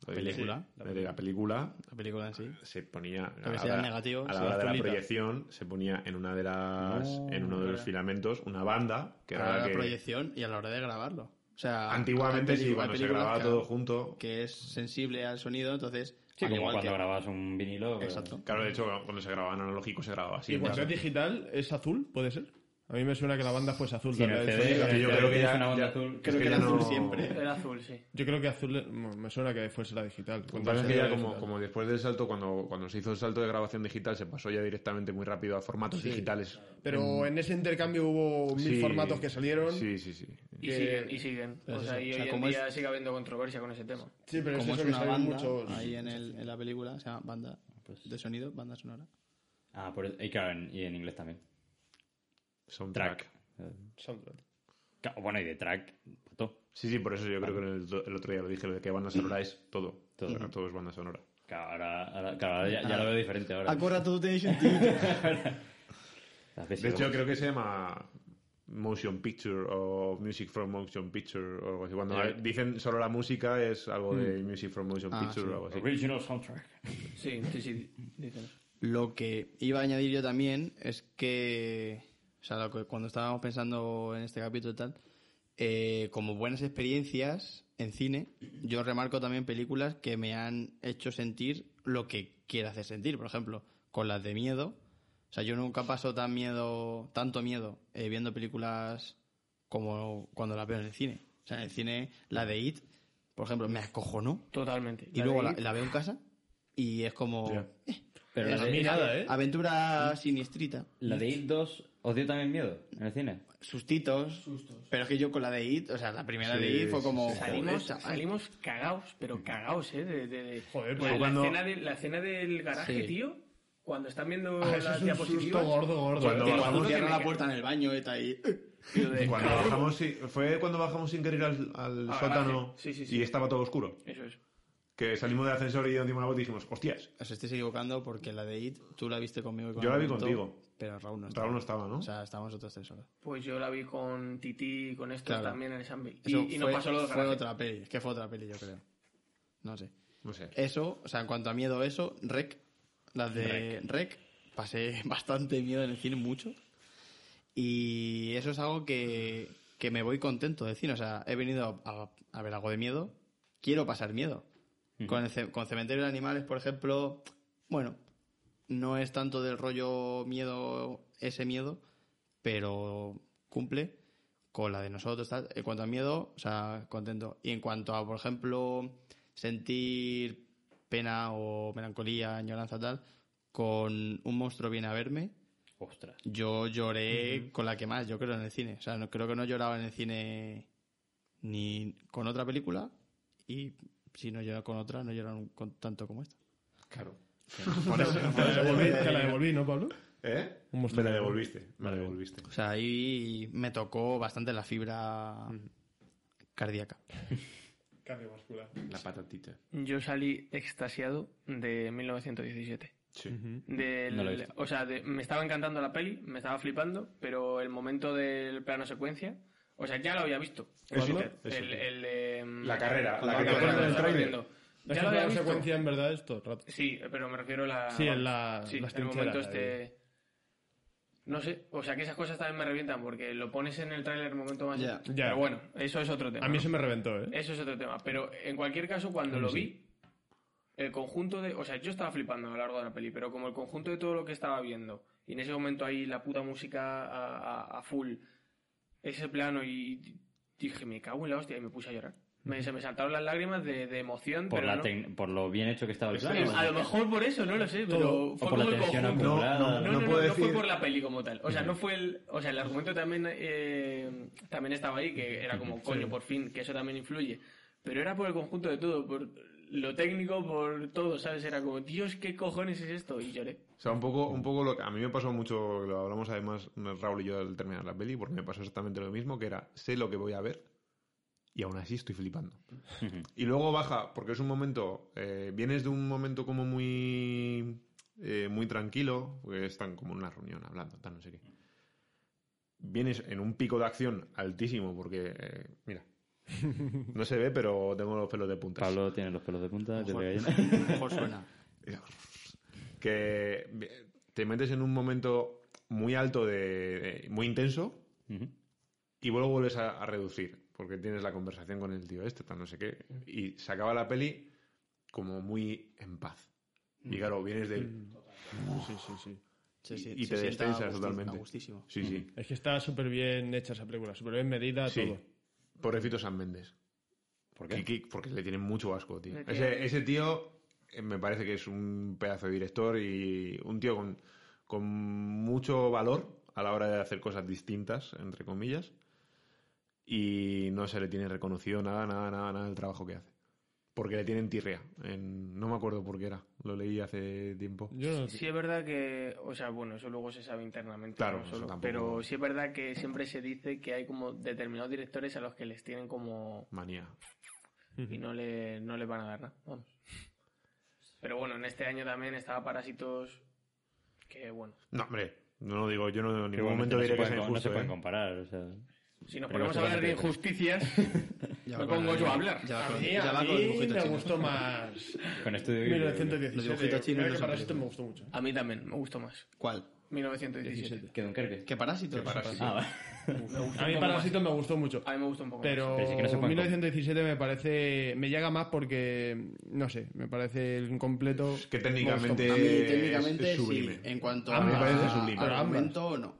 de película. de la película La película en sí. se ponía a Aunque la, sea hora- negativo, a la sea hora de la azulita. proyección se ponía en una de las en uno de los filamentos una banda que era Ahora la la que proyección y a la hora de grabarlo. O sea, antiguamente hay sí pelicu- cuando hay se películas grababa que- todo junto que es sensible al sonido, entonces Sí, al como igual cuando que- grabas un vinilo. pues, pero- Exacto. claro de hecho cuando se grababa en analógico se grababa así y en cuando es casa. digital, ¿es azul? ¿Puede ser? A mí me suena que la banda fuese azul. Sí, en el también. CD, que yo en el creo que CD ya- es una banda ya- azul. Creo Es que, que era ya azul no- siempre. Era azul, sí. Yo creo que azul eh, bueno, me suena que fuese la digital. Lo que Cuando pasa es se que ya era como, digital. como después del salto, cuando, cuando se hizo el salto de grabación digital, se pasó ya directamente muy rápido a formatos digitales. Pero en ese intercambio hubo mil Sí. formatos que salieron. Sí, Sí, sí, sí. Y Que- siguen, y siguen. Pues o sea, eso, y o sea, hoy en como es- día sigue habiendo controversia con ese tema. pero Como es es eso que una salieron banda muchos. ahí en, el, en la película, se llama banda Pues- de sonido, banda sonora. Ah, por eso- y claro, en- y en inglés también. Soundtrack. Track. soundtrack. Claro, Bueno, y de track, todo. Sí, sí, por eso yo creo que en el, do- el otro día lo dije, lo de que banda sonora es todo. Todo. Todo, todo es banda sonora. Claro, ahora, ahora- claro, ahora ya, ya lo veo diferente ahora. Ah, Acorda todo tío. Las veces De hecho, luego- creo que se llama Motion Picture o Music from Motion Picture o algo así. Cuando Eh. dicen solo la música es algo de Music from Motion Ah, Picture sí. o algo así. Original soundtrack. Sí, sí, sí. Dicen. Lo que iba a añadir yo también es que, o sea, lo que- cuando estábamos pensando en este capítulo y tal, eh, como buenas experiencias en cine, yo remarco también películas que me han hecho sentir lo que quiero hacer sentir. Por ejemplo, con las de miedo. O sea, yo nunca paso tan miedo, tanto miedo eh, viendo películas como cuando las veo en el cine. O sea, en el cine, la de It, por ejemplo, me acojonó. Totalmente. Y La luego de la, It, la veo en casa y es como... Ya. Pero la es- de- es nada, ¿eh? Aventura siniestrita. La de It 2 os dio también miedo en el cine. Sustitos. Pero es que yo con la de It, o sea, la primera Sí, de It fue sí, como... sí. joder, Salimos, chaval. salimos cagaos, pero cagaos, ¿eh? De, de- de- Joder, la, pues la cuando- escena de- la escena del garaje, Sí. tío, cuando están viendo Ah, eso las es un susto diapositivas. gordo, gordo. Cuando ¿eh? Te lo bajamos- juro, que cierra me la ca- puerto en el baño y "Eh, está ahí. tío, de- Cuando bajamos, sí, fue cuando bajamos sin querer al, al Ah, sótano sí, sí, sí. y estaba todo oscuro. Eso es. Que salimos del ascensor y nos dimos la vuelta y dijimos, hostias, Os estáis equivocando porque la de It tú la viste conmigo. y con Yo la vi Alberto, contigo. Pero Raúl no estaba. Raúl no estaba, ¿no? O sea, estábamos otros tres solos. Pues yo la vi con Titi y con esto Claro. también en el Sambil. Eso Y, y nos fue- pasó lo del Fue garaje. otra peli. Es que fue otra peli, yo creo. No sé. no sé. Eso, o sea, en cuanto a miedo, eso, Rec. Las de Rec. Pasé bastante miedo en el cine, mucho. Y eso es algo que, que me voy contento del cine. O sea, he venido a, a- a ver algo de miedo. Quiero pasar miedo. con, el ce- con Cementerio de Animales, por ejemplo, bueno, no es tanto del rollo miedo, ese miedo, pero cumple con la de nosotros. tal. En cuanto a miedo, o sea, contento. Y en cuanto a, por ejemplo, sentir pena o melancolía, añoranza, tal, con un monstruo viene a verme, Ostras. yo lloré con la que más, yo creo, en el cine. O sea, no, creo que no lloraba en el cine ni con otra película y si no llora con otra, no lloraron con tanto como esta. Claro. Por eso- Te por la eso- devolví, te la devolví, ¿no, Pablo? ¿Eh? Un me monstruo. la devolviste, me la devolviste. o sea, ahí me tocó bastante la fibra cardíaca. Cardiovascular. La patatita. Yo salí extasiado de 1917. Sí. Del- No lo he visto. o sea, de- me estaba encantando la peli, me estaba flipando, pero el momento del plano secuencia, o sea, ya lo había visto. en Eso, Twitter. eso. el, el, em, La carrera, la la que carrera ponen en el lo estaba tráiler. viendo. Es que Ya lo la había visto. secuencia en verdad es todo el rato. Sí, pero me refiero a la. Sí, en la- sí, las el momento trincheras, este. No sé, o sea que esas cosas también me revientan porque lo pones en el tráiler un momento más. Ya. Ya. Pero bueno, eso es otro tema. A mí ¿no? se me reventó, ¿eh? Eso es otro tema. Pero en cualquier caso, cuando lo vi, el conjunto de. O sea, yo estaba flipando a lo largo de la peli, pero como el conjunto de todo lo que estaba viendo, y en ese momento ahí la puta música a, a- a full, ese plano, y dije, me cago en la hostia, y me puse a llorar. Me, se me saltaron las lágrimas de, de emoción, Por, pero. la no- tec- por lo bien hecho que estaba el Eso plano. es- a lo mejor por eso, no lo sé, pero Todo. fue O por la como el tensión conjunto. No, acumulada. no, no, No, no, no, puedo no decir. fue por la peli como tal. O sea, no fue el. O sea, el argumento también, eh, también estaba ahí, que era como, coño, por fin, que eso también influye. Pero era por el conjunto de todo, por lo técnico, por todo, ¿sabes? Era como, Dios, ¿qué cojones es esto? Y lloré. O sea, un poco, un poco lo que a mí me pasó mucho, lo hablamos además Raúl y yo al terminar la peli, porque me pasó exactamente lo mismo, que era, sé lo que voy a ver y aún así estoy flipando. y luego baja, porque es un momento, eh, vienes de un momento como muy, eh, muy tranquilo, porque están como en una reunión hablando, tal, no sé qué. Vienes en un pico de acción altísimo, porque, eh, mira, no se ve, pero tengo los pelos de punta. Pablo tiene los pelos de punta. yo Ojo, de gallina. ojo suena. que te metes en un momento muy alto de, de- muy intenso Ujú. y luego vuelves a, a reducir porque tienes la conversación con el tío este tal no sé qué y se acaba la peli como muy en paz y claro vienes del Sí, sí, sí. Sí, sí, Y- y se te sienta destensas a gusti- totalmente. a gustísimo. sí sí Es que está súper bien hecha esa película, súper bien medida, Sí. Mm. todo. pobrecito San Méndez ¿Por qué? Kiki, porque le tienen mucho asco tío Le tienen- ese, ese tío eh, me parece que es un pedazo de director y un tío con, con mucho valor a la hora de hacer cosas distintas entre comillas y no se le tiene reconocido nada, nada, nada, nada el trabajo que hace. Porque le tienen tirrea. En... No me acuerdo por qué era. Lo leí hace tiempo. Yo no Sí es verdad que, o sea, bueno, eso luego se sabe internamente. Claro, ¿no? eso Solo- tampoco- pero sí es verdad que siempre se dice que hay como determinados directores a los que les tienen como... Manía. y no le, no le van a dar nada. Vamos. Pero bueno, en este año también estaba Parásitos, que bueno. No, hombre. No lo digo. Yo no en Pero ningún momento no se diré que pueden sea com- no se injusto. pueden ¿eh? comparar. o sea. Si nos Pero ponemos a hablar de básicamente- injusticias, Ya me va con pongo la- yo a hablar. Ya va A con, mí, ya va a con los mí dibujitos me chinos. gustó más Con estudio. Ghibli. 1917. Los dibujitos chinos Mira no que son Parásitos películas. me gustó mucho. a mí también me gustó más. ¿Cuál? 1917. Que Dunkerque. Que Parásitos. Ah, vale. Me gustó A un mí poco Parasito me gustó mucho. más. A mí me gusta un poco Pero Pero sí que no se pueden 1917 me parece. Me llega más porque. No sé, me parece el completo. Es que técnicamente, A mí, es- técnicamente, es sublime. sí. En cuanto Ah, me parece a, sublime. al argumento, no. más.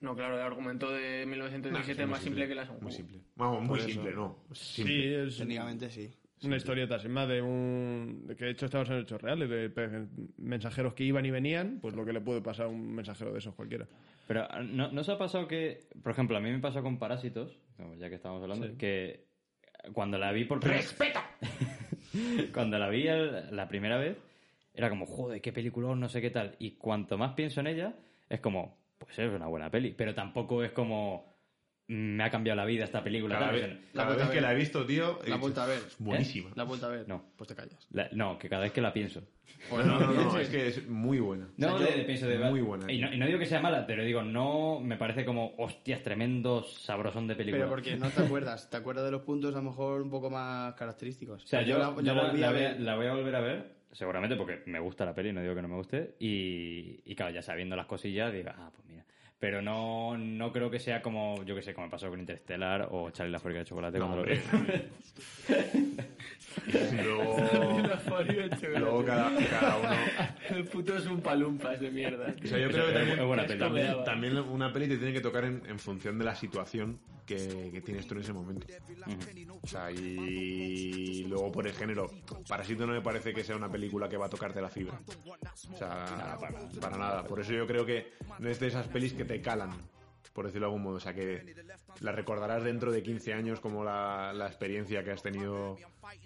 No, claro, el argumento de 1917 Nah, es más muy simple que la segunda. Muy simple. Vamos, muy simple, no. Simple. Sí, es Técnicamente, sí. una historieta, es más de un. que de hecho estaban en hechos reales, de pe- mensajeros que iban y venían, pues lo que le puede pasar a un mensajero de esos cualquiera. Pero ah, ¿no, ¿no os ha pasado que, por ejemplo, a mí me pasó con Parásitos, como ya que estábamos hablando, que cuando la vi por primera cuando la vi el- la primera vez, era como, joder, qué peliculón, no sé qué tal. Y cuanto más pienso en ella, es como, pues es una buena peli. Pero tampoco es como, "Mm, me ha cambiado la vida esta película. Cada tal". vez, cada vuelta vez a que ver. la he visto, tío. he La dicho, vuelta a ver. "Es Buenísima. La vuelta a ver. No. Pues te callas. Pues La- no, que cada vez que la pienso. No, no, no, no, es que es muy buena. No, O sea, yo- de- de pienso de muy buena, Y no, tío. y no digo que sea mala, pero digo, no, me parece como, hostias, tremendo sabrosón de película. Pero porque no te acuerdas. Te acuerdas de los puntos a lo mejor un poco más característicos. O sea, yo, la, yo la la, volví la a voy a- ver. la voy a volver a ver, seguramente porque me gusta la peli, no digo que no me guste. Y, y claro, ya sabiendo las cosillas, digo, ah, pues mira. Pero no, no creo que sea como, yo que sé, como me pasó con Interstellar o Charlie la fábrica de chocolate. No, cuando lo- hombre. Luego, luego cada, cada uno. El puto es un palumpas de mierda. O sea, eh, yo creo que también, Es buena peli. también, también una peli te tiene que tocar en, en función de la situación que, que tienes tú en ese momento. O sea, y luego por el género, Parasito no me parece que sea una película que va a tocarte la fibra. O sea, para, para nada. Por eso yo creo que es de esas pelis que te calan, por decirlo de algún modo. O sea, que la recordarás dentro de 15 años como la, la experiencia que has tenido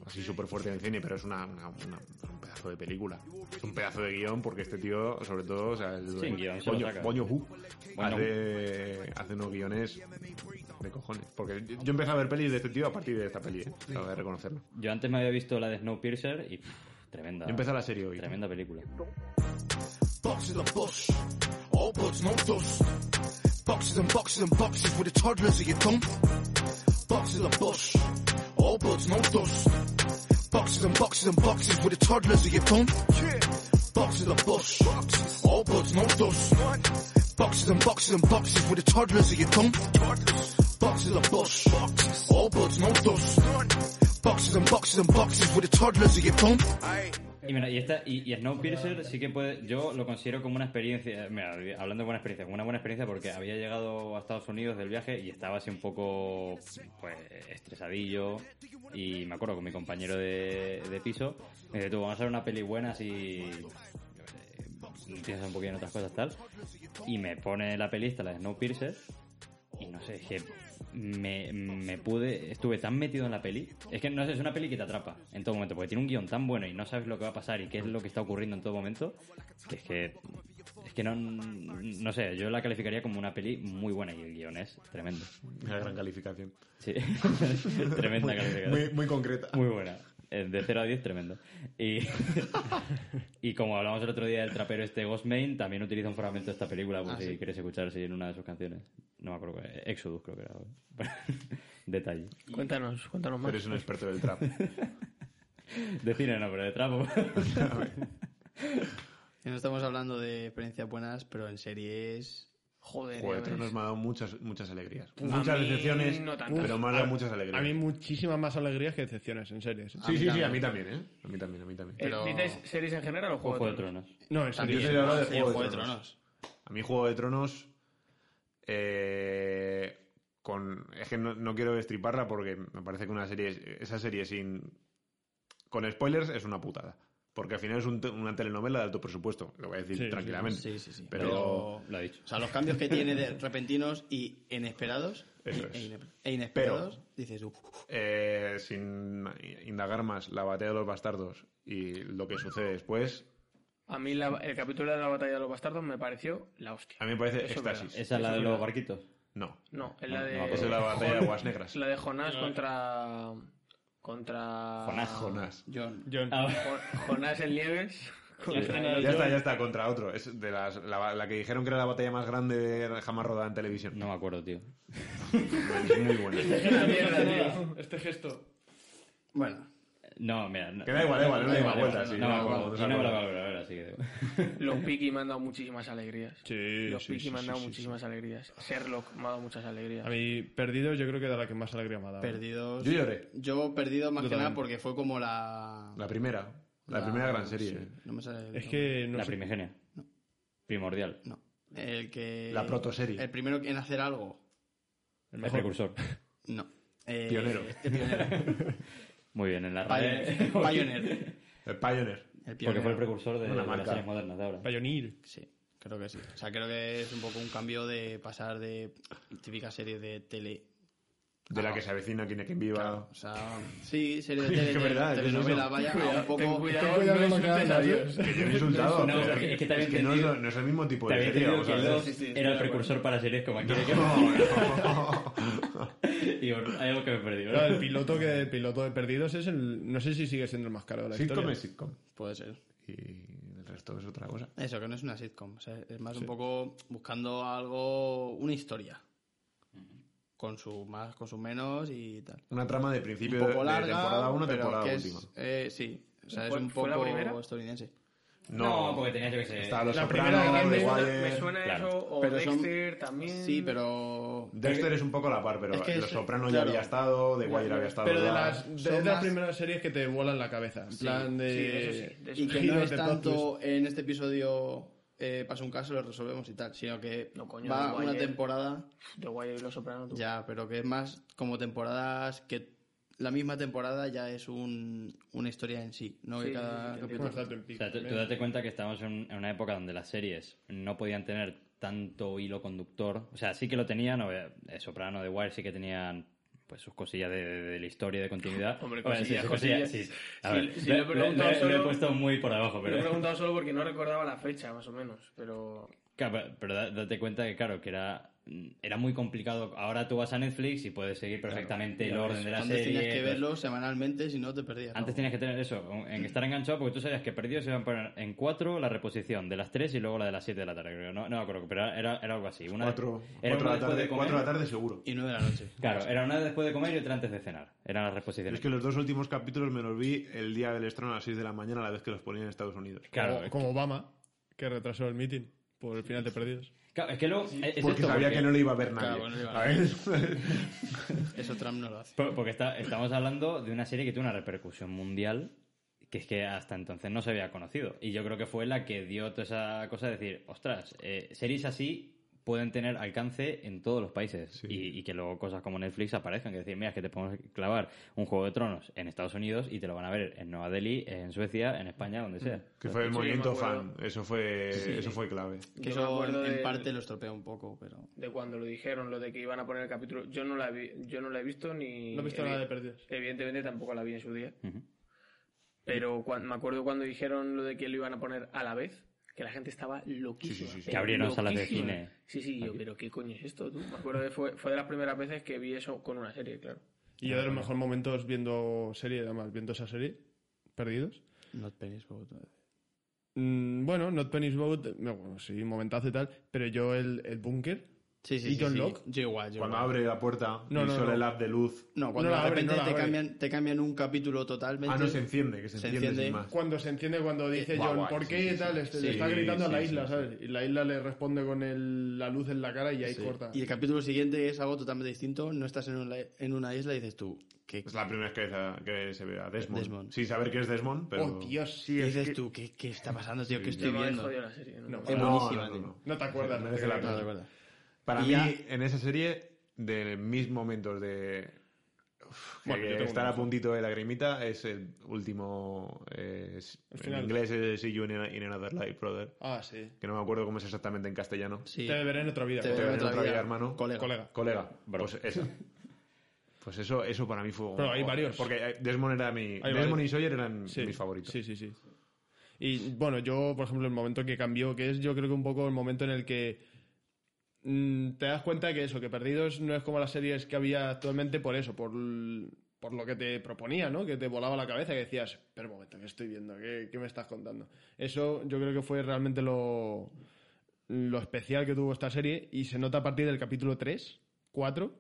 así súper fuerte en el cine, pero es una, una- una- un pedazo de película. Es un pedazo de guión porque este tío, sobre todo, o sea, el Sí, en guión se lo Boño, saca. Boño Hu Boño hace, hace unos guiones de cojones. Porque yo empecé a ver pelis de este tío a partir de esta peli, eh, tengo que reconocerlo. Yo antes me había visto la de Snowpiercer y pff, tremenda. Yo empecé la serie hoy. Tremenda película. Boxes and bush. All buds, no dust. Boxes and boxes and boxes with the toddlers of your dump. Boxes and bush. All buds, no dust. Boxes and boxes and boxes with the toddlers of your dump. Boxes and bush. All buds, no dust. Boxes and boxes and boxes with the toddlers of your dump. Boxes and bush. All buds, no dust. Boxes and boxes and boxes with the toddlers of your dump. Y, mira, y, esta, y, y Snowpiercer sí que puede. Yo lo considero como una experiencia. Mira, hablando de buena experiencia, como una buena experiencia porque había llegado a Estados Unidos del viaje y estaba así un poco. Pues estresadillo. Y me acuerdo con mi compañero de, de piso. Me dice, tú, vamos a hacer una peli buena así. eh, Piensa un poquito en otras cosas tal. Y me pone la peli esta, la de Snowpiercer. Y no sé, es que me, me pude, estuve tan metido en la peli. Es que no sé, es una peli que te atrapa en todo momento, porque tiene un guión tan bueno y no sabes lo que va a pasar y qué es lo que está ocurriendo en todo momento, que es que, es que no, no sé, yo la calificaría como una peli muy buena y el guión es tremendo. Una gran calificación. Sí, tremenda calificación. Muy, muy concreta. Muy buena. Eh, De 0 a 10, tremendo. Y, y como hablamos el otro día del trapero este Ghostmain, también utiliza un fragmento de esta película, por Ah, si sí. quieres escuchar sí, en una de sus canciones. No me acuerdo cuál era. Exodus creo que era. Detalle. Cuéntanos, cuéntanos más. Pero es un experto del trap. De cine no, pero de trapo. Que No estamos hablando de experiencias buenas, pero en series. Joder, Joder, este ya ves. nos me ha dado muchas, muchas alegrías. A muchas mí decepciones, no tantas. pero me ha dado muchas alegrías. A mí muchísimas más alegrías que decepciones, en serio. ¿eh? sí. a sí, mí sí, sí, también. a mí también, ¿eh? A mí también, a mí también. Eh, pero- ¿Dices series en general o Juego de Tronos? Tronos. No, en También serio. te hablo de Sí, Juego de Tronos. A mí Juego de Tronos... eh, con, es que no, no quiero destriparla porque me parece que una serie... Esa serie sin... Con spoilers es una putada. Porque al final es un te- una telenovela de alto presupuesto. Lo voy a decir Sí, sí, tranquilamente. Sí, sí, sí. Pero- Lo ha dicho. O sea, los cambios que tiene de repentinos y inesperados. Eso e- es. e ine- E inesperados. dices, uff. Eh, sin indagar más, la batalla de los bastardos y lo que sucede después, A mí la- el capítulo de la batalla de los bastardos me pareció la hostia. a mí me parece Eso es éxtasis. verdad. Esa es la de Eso los es barquitos. No, No, es la No, no de... me esa es acuerdo. la batalla de aguas negras. La de Jonás contra... Contra... Jonás, Jonás. John. John. Ah. Jo- Jonás en Nieves. Ya está, ya está, contra otro. Es de las- la, la que dijeron que era la batalla más grande jamás rodada en televisión. No me acuerdo, tío. Es muy buena. Una mierda, tío. Este gesto. Bueno. No, mira. No, Que da igual, da igual, es la misma vuelta, sí, No, no me me acuerdo, acuerdo, y no me lo no me valoro, ahora, así que. da igual. Los Piki me han dado muchísimas alegrías. Sí, Los sí, Piki sí, me han sí, dado sí, muchísimas alegrías. Sherlock me ha dado muchas alegrías. A mí, perdido, yo creo que da la que más alegría me ha dado. Perdidos. Yo lloré. Yo perdido más Yo que nada también. porque fue como la. La primera. Ah, La, primera gran serie. sí, no me sale el Es nombre. que no la sé. primigenia. Primordial. No. El que. La protoserie. El primero en hacer algo. El El mejor. precursor. No. Eh, Pionero. El pionero. Muy bien, en la Pioneer. red. Pioneer. El Pioneer. El pionero. Porque fue el precursor de, Una de las marca. series modernas de ahora. Pioneer. Sí, creo que sí. O sea, creo que es un poco un cambio de pasar de típica serie de tele. De la que se avecina quien es quien viva. O sea, sí, serie de Es tele, que es verdad, es que es telenovela, eso. vaya, a un Ten poco... cuidado, no con lo que insultes a hablas, ¿eh? Dios. Que yo he insultado. No, pero es que- es que te había es que no, es, entendido- lo- no es el mismo tipo Te había de serie. entendido Vamos que a el ver. 2 Sí, sí, estoy era de el acuerdo. precursor para series como aquí. No, no. Y bueno, hay algo que me he perdido. Claro, ¿verdad? el piloto que el piloto de perdidos es el. No sé si sigue siendo el más caro de la sitcom historia. es sitcom. Puede ser. Y el resto es otra cosa. Eso, que no es una sitcom. O sea, es más un poco buscando algo, una historia. Con su más, con su menos y tal. Una trama de Un principio poco de- larga, de temporada 1 pero temporada que es, última. eh, sí, o sea, es ¿Fue- un fue la poco primera? estadounidense. No, porque tenía yo que ser. Está Los La Sopranos, primera gran The Me suena, Wire. me suena Claro. eso, o Pero son- Dexter también. Sí, pero... este Dexter es un poco a la par, pero Es que Los es- Sopranos ya claro. había estado, The Wire había estado. Pero de ya. las, Son de, es de las más- primeras series que te vuelan la cabeza. En plan de. Sí, eso sí, de eso Y que no giros es de plot tanto en este episodio eh, pasa un caso, lo resolvemos y tal, sino que No, coño, va igual eh. una que- temporada The Wire y Los Sopranos. tú. ya, pero que es más como temporadas que la misma temporada ya es un, una historia en sí, no Sí, que cada sí, sí, te capítulo- twist. Bueno, está Twin O Peaks sea, tú, tú también. date cuenta que estamos en, en una época donde las series no podían tener tanto hilo conductor. O sea, sí que lo tenían, o, eh, Soprano de Wire sí que tenían pues sus cosillas de, de- de la historia, de continuidad. Hombre, Bueno, cosillas, sus cosillas. sí. A Si- ver, si lo, lo he lo- preguntado lo he- lo he solo- puesto muy por abajo, Lo he pero, preguntado solo porque no recordaba la fecha, más o menos. Pero Claro, pero- pero da- date cuenta que, claro, que era, era muy complicado. Ahora tú vas a Netflix y puedes seguir perfectamente Ya el ves, orden de la Antes serie. tenías que pues, verlo semanalmente, si no te perdías. Antes algo. tenías que tener eso, en estar enganchado, porque tú sabías que perdidos se iban a poner en 4 la reposición de las 3 y luego la de las 7 de la tarde, creo. No, no me acuerdo, pero era, era algo así. Una Cuatro, cuatro era una de la después tarde, de comer. cuatro de la tarde seguro. Y nueve de la noche. Claro, era una después de comer y otra antes de cenar. Eran las Yo reposiciones. Es que los dos últimos capítulos me los vi el día del estreno a las 6 de la mañana, a la vez que los ponían en Estados Unidos. Claro, Como, es- como Obama, que retrasó el meeting por el final de perdidos. claro, es que luego... es- es porque esto, sabía porque- que no lo iba a ver nadie. Claro, no lo iba a A ver. Eso Trump no lo hace. Por- Porque está- estamos hablando de una serie que tuvo una repercusión mundial que es que hasta entonces no se había conocido. Y yo creo que fue la que dio toda esa cosa de decir, ostras, eh, series así pueden tener alcance en todos los países Sí. y, y que luego cosas como Netflix aparezcan, que decir, mira, es que te podemos clavar un Juego de Tronos en Estados Unidos y te lo van a ver en Nueva Delhi, en Suecia, en España, donde sea. Mm. que fue el Sí, movimiento me acuerdo. fan. Eso fue, Sí. eso fue clave. Que yo me eso en, acuerdo en del- parte lo estropea un poco, pero... de cuando lo dijeron, lo de que iban a poner el capítulo, yo no la vi, yo no la he visto ni. No he Eh, visto evi- nada de perdidos. Evidentemente tampoco la vi en su día. Ujú. Pero cuan- me acuerdo cuando dijeron lo de que lo iban a poner a la vez, que la gente estaba Sí, sí, loquísima. sí, sí. pero Que abrieron salas de loquísima. cine. Sí, sí, yo, pero ¿qué coño es esto, tú? Me acuerdo que fue, fue de las primeras veces que vi eso con una serie, claro. Y yo de los mejores momentos viendo serie, además, viendo esa serie, perdidos. Not pennies, but- Mm, bueno, Not Penny's Boat, me- bueno, sí, momentazo y tal, pero yo el, el búnker. Sí, sí, ¿Y sí, John sí. Locke? Yo igual, yo Cuando igual. abre la puerta No, y no, solo no. el app de luz. No, cuando No la de abre, repente no la te, abre. cambian, te cambian un capítulo totalmente... Ah, no se enciende, que se, Se enciende, sin enciende. más. Cuando se entiende cuando dice Eh, Guau, John, guau, ¿por sí, qué sí, tal? sí. Este- Sí, le está gritando a la sí, isla, sí, ¿sabes? Y la isla le responde con el- la luz en la cara y ahí Sí. corta. Oh, Y el capítulo siguiente es algo totalmente distinto. No estás en una, en una isla y dices tú, ¿qué, Es la primera vez que, esa- que se ve a Desmond. Desmond. Sin saber que es Desmond, pero. Oh, Dios, sí, y es dices que- tú, ¿qué, qué está pasando, tío? ¿Qué estoy Yo me habéis viendo? jodido la serie. No, No, Es No, buenísima, no, no, tío. no. No te acuerdas. Merece la pena. No, de verdad. Para Y mí, ya- en esa serie, de mis momentos de. Uf, que Bueno, yo tengo estar a uno. puntito de lagrimita es el último. eh, es- El en final. inglés es See You in, in Another Life, brother. Ah, sí. Que no me acuerdo cómo es exactamente en castellano. Sí. Te veré en otra vida. Te colega. veo veo en otra vida, hermano. Colega. Colega. Colega, Bro. pues esa. Pues eso, eso para mí fue. un- Pero hay varios. Porque eh, Desmond era mi. Hay Desmond varios. y Sawyer eran Sí, mis favoritos. Sí, sí, sí. Y bueno, yo, por ejemplo, el momento que cambió, que es yo creo que un poco el momento en el que mm, te das cuenta que eso, que Perdidos no es como las series que había actualmente por eso, por, l- por lo que te proponía, ¿no? Que te volaba la cabeza, que decías, pero un momento, ¿qué estoy viendo? ¿Qué, qué me estás contando? Eso yo creo que fue realmente lo, lo especial que tuvo esta serie y se nota a partir del capítulo 3, 4.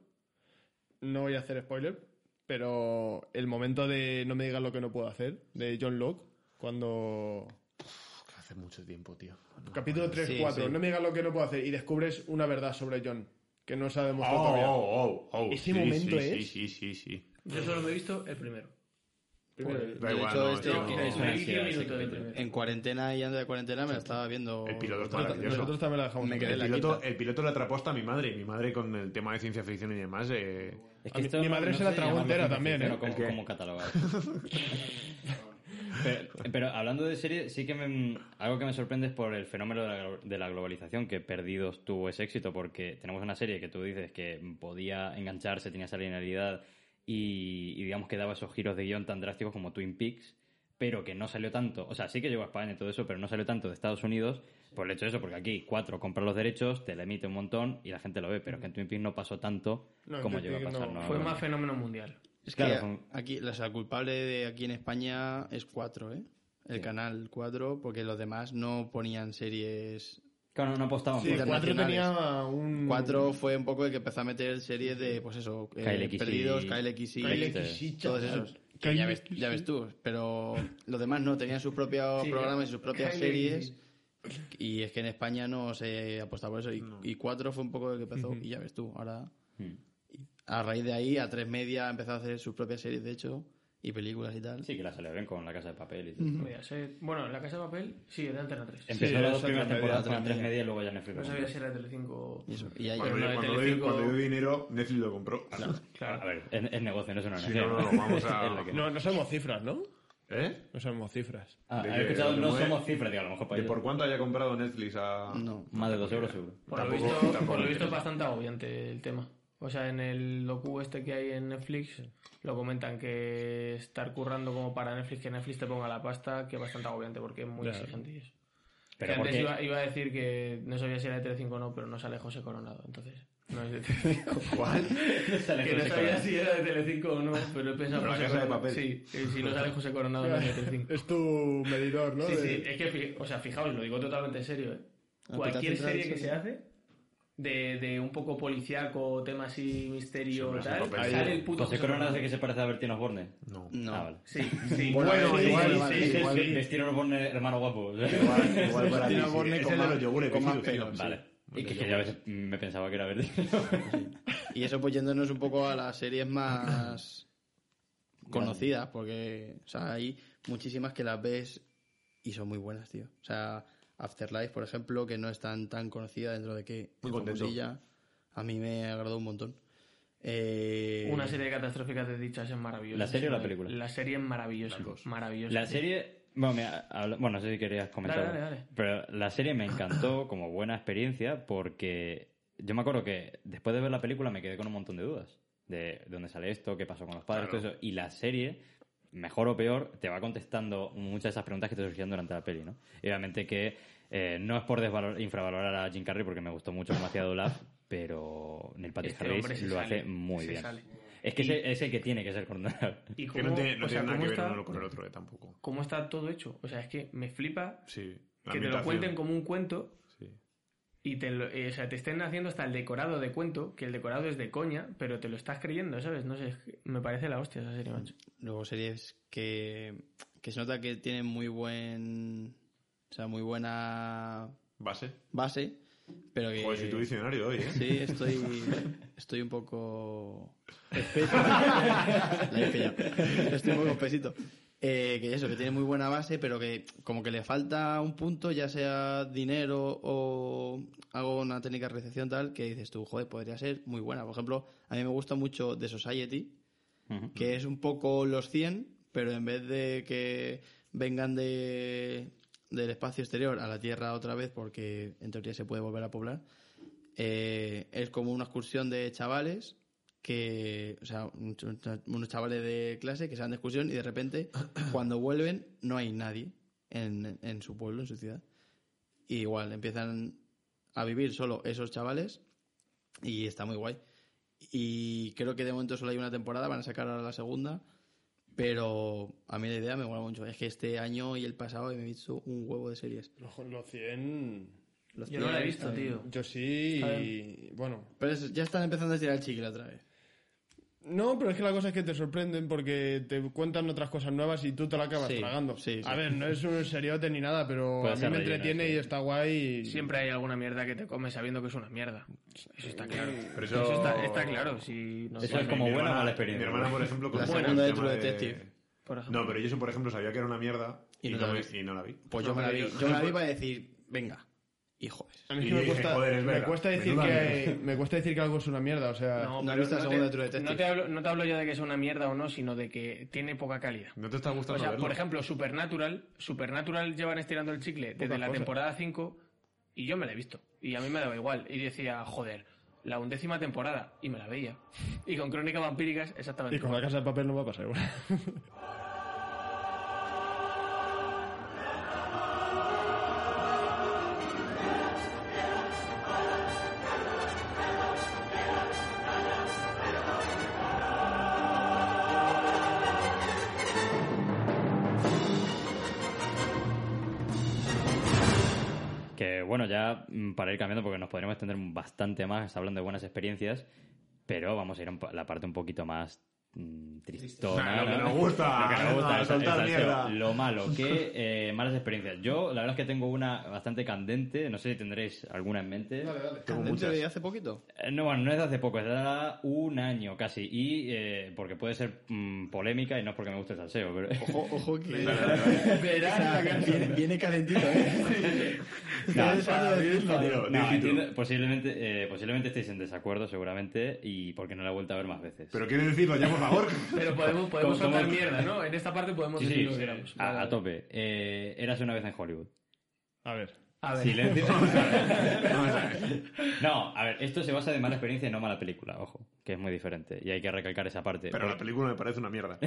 No voy a hacer spoiler, Pero el momento de no me digas lo que no puedo hacer, de John Locke, cuando... Hace mucho tiempo, tío. Capítulo 3, 4, no me digas lo que no puedo hacer y descubres una verdad sobre John que no se ha demostrado Oh, todavía. oh, oh, oh. Ese Sí, sí, momento es- Sí, sí, sí, sí. Yo solo me he visto el primero. Joder, Da yo he igual, hecho no, este- tío, no. Es una sí, diez sí, minutos sí, del sí. primero. En cuarentena y antes de cuarentena me la estaba viendo. El piloto es otra vez. maravilloso. Nosotros también la dejamos. Me quedé El la piloto, quita. el piloto la atrapó hasta mi madre. Mi madre con el tema de ciencia ficción y demás. eh, Es A mi- mi madre se la sé tragó llamarlo entera ciencia también, ficción ¿eh? o cómo- ¿El qué? cómo catalogar. pero, pero hablando de serie, sí que me- algo que me sorprende es por el fenómeno de la, glo- de la globalización que Perdidos tuvo ese éxito, porque tenemos una serie que tú dices que podía engancharse, tenía esa linealidad y, y digamos que daba esos giros de guión tan drásticos como Twin Peaks, pero que no salió tanto. O sea, sí que llegó a España y todo eso, pero no salió tanto de Estados Unidos por el hecho de eso, porque aquí cuatro compra los derechos, te la emite un montón y la gente lo ve, pero es que en Twin Peaks no pasó tanto No, en como Twin llegó a Peaks no. pasar. ¿no? Fue Bueno. más fenómeno mundial. Es que Claro, son- aquí, o sea, el culpable de aquí en España es 4, ¿eh? El Sí. canal 4, porque los demás no ponían series. Claro, no apostaban Sí, por- 4 internacionales. tenía un... 4 fue un poco el que empezó a meter series de, pues eso, eh, Kyle XI. Perdidos, Kyle XI, Kyle Sí. XI, todos chaval. esos. Que ya, ves, XI. ya ves tú, pero los demás no, tenían sus propios Sí, programas y sus propias Kyle series. Y es que en España no se apostaba por eso. Y, No. y 4 fue un poco el que empezó, y ya ves tú, ahora. Mm. Hmm. A raíz de ahí, a tres media ha empezado a hacer sus propias series, de hecho, y películas y tal. Sí, que la salió bien con la casa de papel y todo. No sabía ser- Bueno, La Casa de Papel, sí, era Antena 3. Empezó Sí, las esa dos primeras otra temporadas media, con otra tres media y luego ya Netflix. No lo sabía compró. si era Telecinco. Y, eso. y ahí- Cuando, dio- Bueno, de cuando dio, Telecinco- cuando dio dinero, Netflix lo compró. Claro. A ver, es, es negocio, no es una ONG. Sí, no, no, no, vamos a- Es la que- No, no sabemos cifras, ¿no? ¿Eh? No sabemos cifras. Ah, de he que escuchado, lo que no mueve- somos cifras, digo, a lo mejor para ¿De ellos. por cuánto haya comprado Netflix a.? no. Más de dos euros seguro. Por lo Tampoco- visto, tampoco por lo me visto es interesa. bastante agobiante el tema. O sea, en el docu este que hay en Netflix, lo comentan que estar currando como para Netflix, que Netflix te ponga la pasta, que es bastante agobiante porque es muy Ya. exigente y eso. Pero que ¿por antes qué? iba, iba a decir que no sabía si era de Telecinco o no, pero no sale José Coronado, entonces no es de Telecinco. ¿Cuál? Sale que no José sabía Coronado. si era de Telecinco o no, pero he pensado Pero la Casa José de Coronado. Papel. Sí, que si no sale José Coronado no es de Telecinco. Es tu medidor, ¿no? Sí, De- sí, es que, fi- o sea, fijaos, lo digo totalmente en serio, ¿eh? Ah, Cualquier Petazo serie Central, que sí. se hace, de, de un poco policiaco, tema así, misterio, Siempre es tal, un papel. sale el puto José Coronado es el que se parece a Bertino Osborne. No. No. Ah, vale. Sí, sí. Bueno, sí, igual, sí, igual, sí, sí, igual. sí. Bertino Osborne, eh, hermano guapo. Igual, igual para ti. Tiene sí. borne Es con el de más- los yogures, con más picidos, tío. pelos. Vale. Y que, que yo a veces me pensaba que era Bertino. Y eso pues yéndonos un poco a las series más conocidas, porque o sea, hay muchísimas que las ves y son muy buenas, tío. O sea, Afterlife, por ejemplo, que no es tan, tan conocida dentro de que es Muy contento. famosilla, a mí me agradó un montón. Eh, Una serie de catastróficas de dichas es maravillosa. ¿La serie o la película? La serie es maravillosa. Las dos. Maravillosa. La serie. Bueno, mira, habla- bueno, no sé si querías comentar. Dale, dale, dale. Pero la serie me encantó como buena experiencia porque yo me acuerdo que después de ver la película me quedé con un montón de dudas. De, de dónde sale esto, qué pasó con los padres, Claro. todo eso. Y la serie, mejor o peor, te va contestando muchas de esas preguntas que te surgían durante la peli, ¿no? Y obviamente que eh, no es por desvalor- infravalorar a Jim Carrey porque me gustó mucho como hacía Dolab, pero Neil Patrick Este hombre Harris se lo sale, hace muy se bien. sale. Es que Y- ese- es el que tiene que ser coronel. ¿Y Que cómo, no tiene, no o sea, tiene nada cómo que ver está, uno con el otro eh, tampoco. cómo está todo hecho? O sea, es que me flipa Sí. La que te lo ambientación, cuenten como un cuento sí. y te, lo- eh, o sea, te estén haciendo hasta el decorado de cuento, que el decorado es de coña, pero te lo estás creyendo, ¿sabes? No sé, es que me parece la hostia esa serie, macho. Luego series que, que se nota que tienen muy buen... O sea, muy buena ¿Base? base, pero que... Pues si tu diccionario hoy, ¿eh? Eh, Sí, estoy, estoy un poco. La he pillado. Estoy un poco espesito. Eh, que eso, que tiene muy buena base, pero que como que le falta un punto, ya sea dinero o hago una técnica de recepción tal, que dices tú, joder, podría ser muy buena. Por ejemplo, a mí me gusta mucho The Society, Ujú. que es un poco los 100, pero en vez de que vengan de, del espacio exterior a la Tierra otra vez, porque en teoría se puede volver a poblar, eh, es como una excursión de chavales que, o sea, un ch- un ch- unos chavales de clase que se van de excursión y de repente cuando vuelven no hay nadie en, en su pueblo, en su ciudad. Y igual empiezan a vivir solo esos chavales y está muy guay. Y creo que de momento solo hay una temporada, van a sacar ahora la segunda. Pero a mí la idea me mola mucho. Es que este año y el pasado me he visto un huevo de series. Los, los 100... Los eh. Yo no la he tiene- visto, tío. Yo sí Está y... Bueno, Pero es- ya están empezando a tirar el chicle otra vez. No, pero es que la cosa es que te sorprenden porque te cuentan otras cosas nuevas y tú te la acabas Sí, tragando. sí, sí. A ver, no es un seriote ni nada, pero Puede a mí ser me relleno, entretiene sí. y está guay. y- Siempre hay alguna mierda que te comes sabiendo que es una mierda. Eso está claro. Pero eso- está, está claro. Si no Eso sé, es como Mi buena o hermana- mala experiencia. Mi hermana, por ejemplo, con La el segunda de tema True Detective. por ejemplo. No, pero yo eso, por ejemplo, sabía que era una mierda Y y, no no, la me- vi. y no la vi. Pues yo me la vi. Yo me la vi para decir, venga. Y joder. A mí es Y que me dije, cuesta, joder, es me verdad. cuesta decir Menuda que me cuesta decir que algo es una mierda, o sea, No, pero he visto la segunda de True te, Detective. no te hablo, no te hablo yo de que es una mierda o no, sino de que tiene poca calidad. ¿No te está gustando O sea, verlo? por ejemplo, Supernatural, Supernatural llevan estirando el chicle desde Pocas la cosas. temporada 5 y yo me la he visto. Y a mí me daba igual. Y decía, joder, la undécima temporada. Y me la veía. Y con Crónicas Vampíricas, exactamente. y con la casa de papel no va a pasar. igual. Que bueno, ya mm, para ir cambiando, porque nos podríamos extender bastante más hablando de buenas experiencias, pero vamos a ir a un pa- la parte un poquito más mm, tristona. Ah, lo que ¿no? nos gusta. Lo que nos gusta, Ah, esa- soltar esa- mierda. Lo malo, que eh, malas experiencias. Yo, la verdad es que tengo una bastante candente, no sé si tendréis alguna en mente. Tengo ¿Candente muchas. de hace poquito? Eh, No, bueno, no es de hace poco, es de un año casi. Y eh, porque puede ser mm, polémica y no es porque me guste el salseo, pero. Ojo, ojo que... Verás Ah, la canción. Viene, viene calentito, ¿eh? No, Estoy deseando decirlo. Tío, No, di título. entiendo- posiblemente, eh, posiblemente estéis en desacuerdo, seguramente, y porque no la he vuelto a ver más veces. Pero quiere decirlo ya, por favor. Pero podemos, podemos ¿Cómo- soltar cómo- mierda, ¿no? En esta parte podemos Sí, sí, decir lo que sí, queramos. a, a tope. Eh, Érase una vez en Hollywood. A ver. A ver. Silencio. no, a ver, esto se basa de mala experiencia y no mala película, ojo, que es muy diferente. Y hay que recalcar esa parte. Pero la Porque- película me parece una mierda.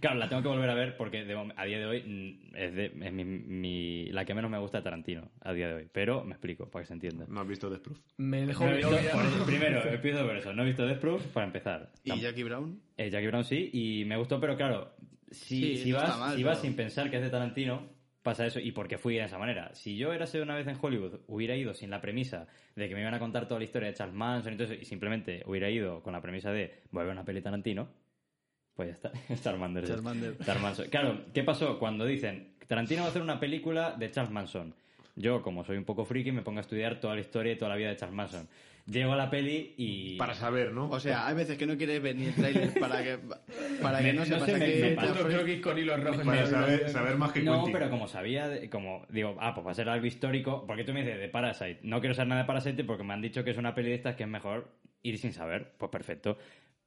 claro, la tengo que volver a ver porque de mom- a día de hoy mm, es, de- es mi- mi- la que menos me gusta de Tarantino a día de hoy. Pero me explico, para que se entienda. No has visto The Proof. Me dejó No he mi visto- novia. por eso- primero, empiezo por eso. No he visto Death Proof para empezar. Tamp- ¿Y Jackie Brown? Eh, Jackie Brown sí, y me gustó, pero claro, Sí, si, si no vas, está mal, si vas pero- sin pensar que es de Tarantino, pasa eso, y porque fui de esa manera. Si yo era una vez en Hollywood, hubiera ido sin la premisa de que me iban a contar toda la historia de Charles Manson y todo eso, y simplemente hubiera ido con la premisa de voy a ver una peli Tarantino, pues ya está, Charles Manson. Charmander. Charles Manson. Claro, ¿qué pasó? Cuando dicen, Tarantino va a hacer una película de Charles Manson. Yo, como soy un poco friki, me pongo a estudiar toda la historia y toda la vida de Charles Manson. Llego a la peli y... Para saber, ¿no? O sea, hay veces que no quieres ver ni el trailer para que, para que Me- no no sepas sé, a me- qué me te pasó. ofrece. Creo que con hilos rojos. para me- saber, saber más que No, Quentin. pero como sabía, de- como digo, ah, pues va a ser algo histórico, porque tú me dices de Parasite, no quiero saber nada de Parasite porque me han dicho que es una peli de estas que es mejor ir sin saber, pues perfecto.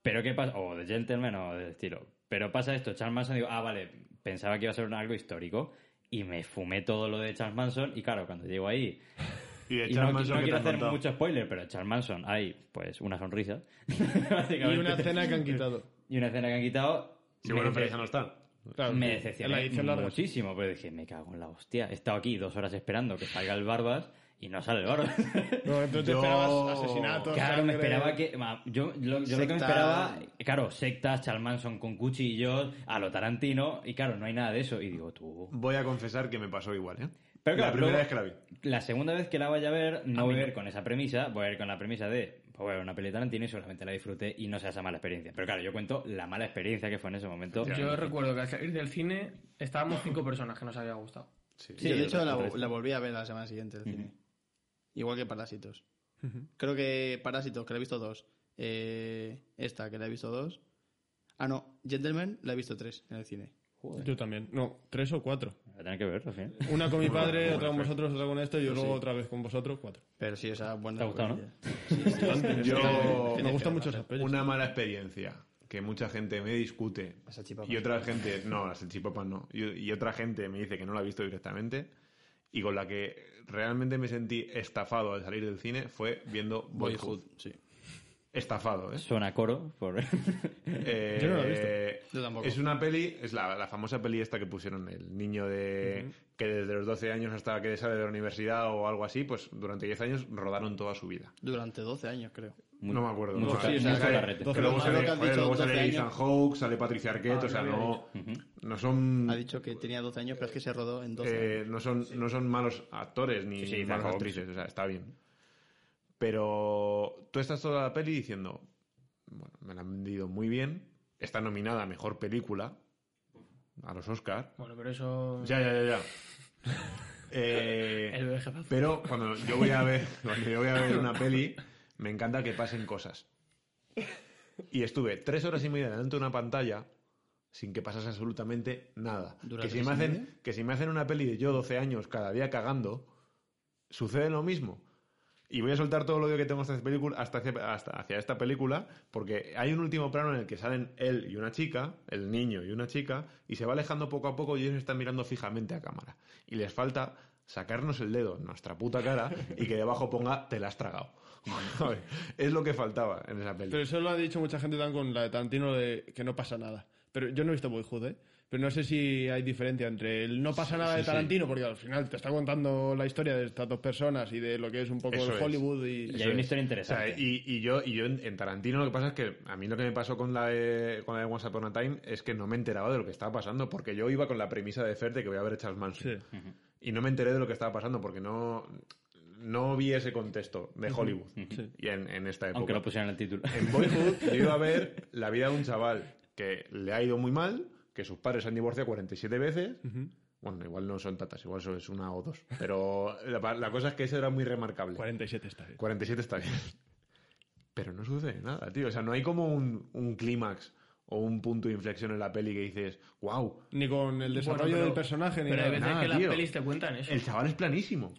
Pero qué pasa, o de Gentleman o del estilo. Pero pasa esto, Charles Manson, digo, ah, vale, pensaba que iba a ser un- algo histórico y me fumé todo lo de Charles Manson y claro, cuando llego ahí, Y de y Charles no, Manson no que te quiero han hacer contado. mucho spoiler, pero Charles Manson hay pues una sonrisa, Y una básicamente. escena que han quitado. y una escena que han quitado. Sí, me bueno, pero dice- esa no está. Claro, me sí. En la decepcioné edición larga. muchísimo, pero dije, me cago en la hostia. He estado aquí dos horas esperando que salga el Barbas y no sale el Barbas. No, entonces te Yo- esperabas asesinatos. claro, me sangre. esperaba que... ma, Yo, lo, yo lo que me Sectas. esperaba... Claro, sectas, Charmanson con cuchillos, a lo Tarantino, y claro, no hay nada de eso. Y digo, tú... Voy a confesar que me pasó igual, ¿eh? Pero la claro, primera luego- vez que la vi. La segunda vez que la vaya a ver, no voy a ver con esa premisa, voy a ver con la premisa de, pues voy a ver una peli de Tarantino y seguramente la disfruté y no sea esa mala experiencia. Pero claro, yo cuento la mala experiencia que fue en ese momento. Yo recuerdo que al salir del cine estábamos cinco personas que nos había gustado. Sí. Sí, Yo, de el hecho, la, resto. la volví a ver la semana siguiente al cine. Igual que Parásitos. Creo que Parásitos, que la he visto dos. Eh, esta, que la he visto dos. Ah, no, Gentleman la he visto tres en el cine. Yo también. No, tres o cuatro. Voy a tener que ver, al final. Una con mi Muy buena, padre, muy otra con buena. vosotros, otra con esto y yo Sí. luego otra vez con vosotros, cuatro. Pero sí, esa buena. ¿Te ha gustado, no? Yo- me gustan mucho esas pelis. Una mala experiencia que mucha gente me discute Las salchipapas. y otra gente, no, las salchipapas no, y, y otra gente me dice que no la ha visto directamente y con la que realmente me sentí estafado al salir del cine fue viendo Boyhood. Boyhood, sí. Estafado, ¿eh? Suena coro por... Eh, Yo no la he Yo tampoco. Es una peli, es la, la famosa peli esta que pusieron el niño de que desde los 12 años hasta que sale de la universidad o algo así, pues durante 10 años rodaron toda su vida. Durante 12 años, creo. no me acuerdo. mucho no, ca- sí, o sea, mucho sale- que carrete. luego Lo malo sale, que has joder, dicho, luego sale 12 Ethan años. Hawke, sale Patricia Arquette, Ah, o sea, lo había no, no son... Ha dicho que tenía 12 años, pero es que se rodó en 12 años. eh, no son, no son malos actores ni Sí, sí, Ethan malas Hawke. actrices, o sea, está bien. Pero tú estás toda la peli diciendo, bueno, me la han vendido muy bien. Está nominada a mejor película a los Oscars. Bueno, pero eso. Ya, ya, ya, ya. Eh, El bebé jefazo. pero cuando yo voy a ver, cuando yo voy a ver una peli, me encanta que pasen cosas. Y estuve tres horas y media delante de una pantalla sin que pasase absolutamente nada. ¿Dura Que si, tres me y hacen, media? que si me hacen una peli de yo 12 años cada día cagando, sucede lo mismo. Y voy a soltar todo lo odio que tengo hasta, esta película, hasta, hacia, hasta hacia esta película, porque hay un último plano en el que salen él y una chica, el niño y una chica, y se va alejando poco a poco y ellos están mirando fijamente a cámara. Y les falta sacarnos el dedo en nuestra puta cara y que debajo ponga te la has tragado. Joder, es lo que faltaba en esa Pero película. eso lo ha dicho mucha gente tan con la de Tarantino de que no pasa nada. Pero yo no he visto Boyhood, ¿eh? Pero no sé si hay diferencia entre el no pasa nada de sí, sí. Tarantino, porque al final te está contando la historia de estas dos personas y de lo que es un poco Eso el es. Hollywood y... Y hay una historia O sea, interesante. y, y yo, y yo en, en Tarantino lo que pasa es que a mí lo que me pasó con la de, con la de Once Upon a Time es que no me enteraba de lo que estaba pasando, porque yo iba con la premisa de Fer de que voy a ver a Charles Manson. Sí. y no me enteré de lo que estaba pasando porque no, no vi ese contexto de Hollywood y en, en esta época. Aunque lo pusieron en el título. En Boyhood yo iba a ver la vida de un chaval que le ha ido muy mal, que sus padres se han divorciado 47 veces. Bueno, igual no son tantas, igual solo es una o dos. Pero la, la cosa es que eso era muy remarcable. 47 está bien. 47 está bien. Pero no sucede nada, tío. O sea, no hay como un, un clímax o un punto de inflexión en la peli que dices, wow, Ni con el desarrollo pero- del personaje ni Pero hay nada. veces Ah, nada, que las tío. pelis te cuentan eso. el chaval es planísimo.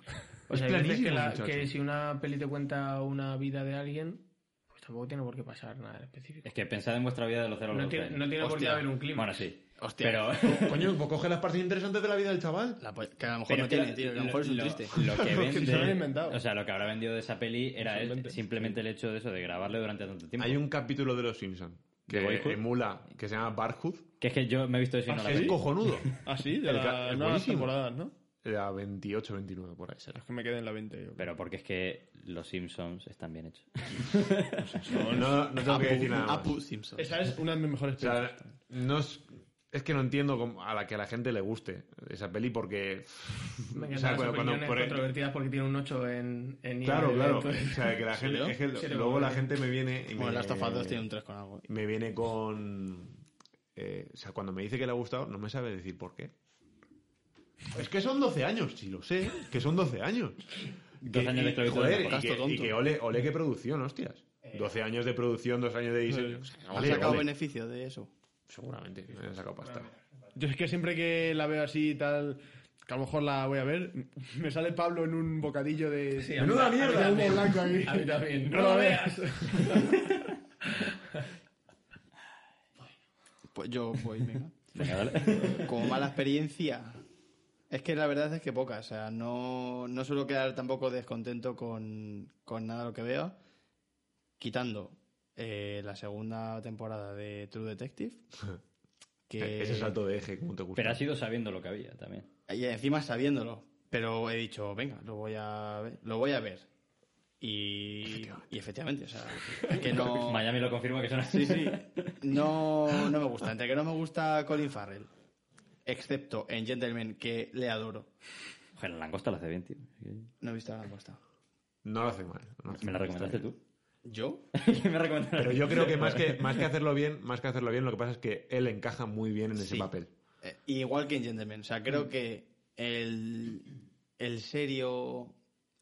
O sea, es hay veces que, planísimo, la- muchacho. que si una peli te cuenta una vida de alguien, pues tampoco tiene por qué pasar nada en específico. Es que pensad en vuestra vida de los 0 a los No tiene, 12. no tiene por qué Hostia. haber un clima. Bueno, sí. Hostia. Pero... Coño, pues coge las partes interesantes de la vida del chaval. La po- que a lo mejor Pero no es que tiene, la- tío. Que a lo- lo mejor es un lo- triste. Lo que vende, se lo han inventado. O sea, lo que habrá vendido de esa peli era el- Usualmente. simplemente el hecho de eso, de grabarle durante tanto tiempo. Hay un capítulo de Los Simpsons que ¿De Boyhood? emula, que se llama Barhood. Que es que yo me he visto eso y no la Es peli. cojonudo. Ah, sí, de El ca- las es nuevas buenísimo. temporadas, ¿no? La 28, 29, por ahí será. Es que me quedé en la 20. yo creo. Pero porque es que los Simpsons están bien hechos. No, no, no tengo que decir nada. más. Apu Simpson. Esa es una de mis mejores O sea, películas. no es, es que no entiendo cómo- a la que a la gente le guste esa peli porque. Me o sea, encantan las opiniones por- e- controvertidas porque tiene un 8 en, en Claro, IMDb, claro. O entonces- sea, que la gente. es que Sí, lo- luego la gente me viene. y Bueno, me- Last of Us 2 tiene un 3 con algo. me viene con. eh, o sea, cuando me dice que le ha gustado, no me sabe decir por qué. Es que son 12 años, si lo sé, que son 12 años. Dos Que- años de y, esclavitud joder, de y Japón. que, Gasto tonto. y que ole, ole qué producción, hostias. Eh. 12 años de producción, 2 años de diseño. O sea, ¿Has ole, Eh. sacado ole. beneficio de eso? Seguramente, me han sacado pasta. Yo es que siempre que la veo así y tal, que a lo mejor la voy a ver, me sale Pablo en un bocadillo de... Sí, a mí- ¡Menuda a mí mierda! también. blanco aquí. A mí también. No lo veas. Pues yo voy, venga. Venga, dale. Como mala experiencia. Es que la verdad es que poca. O sea, no, no suelo quedar tampoco descontento con, con nada de lo que veo. Quitando eh, la segunda temporada de True Detective. Que Ese salto de eje, ¿cómo te gusta? Pero has ido sabiendo lo que había también. Y encima sabiéndolo. Pero he dicho, venga, lo voy a ver. Lo voy a ver. Y efectivamente, y efectivamente o sea, es que no... Miami lo confirma que son así. Sí, sí. No, no me gusta. Entre que no me gusta Colin Farrell, excepto en Gentleman, que le adoro. Joder, la langosta la hace bien, tío. No he visto la respuesta. No lo hace mal. no lo hace Me la mal, está recomendaste bien. tú. ¿Yo? me recomendaste. Pero yo creo que más que, más que hacerlo bien, más que hacerlo bien, lo que pasa es que él encaja muy bien en ese Sí. papel. Eh, igual que en Gentleman. O sea, creo que el, el serio.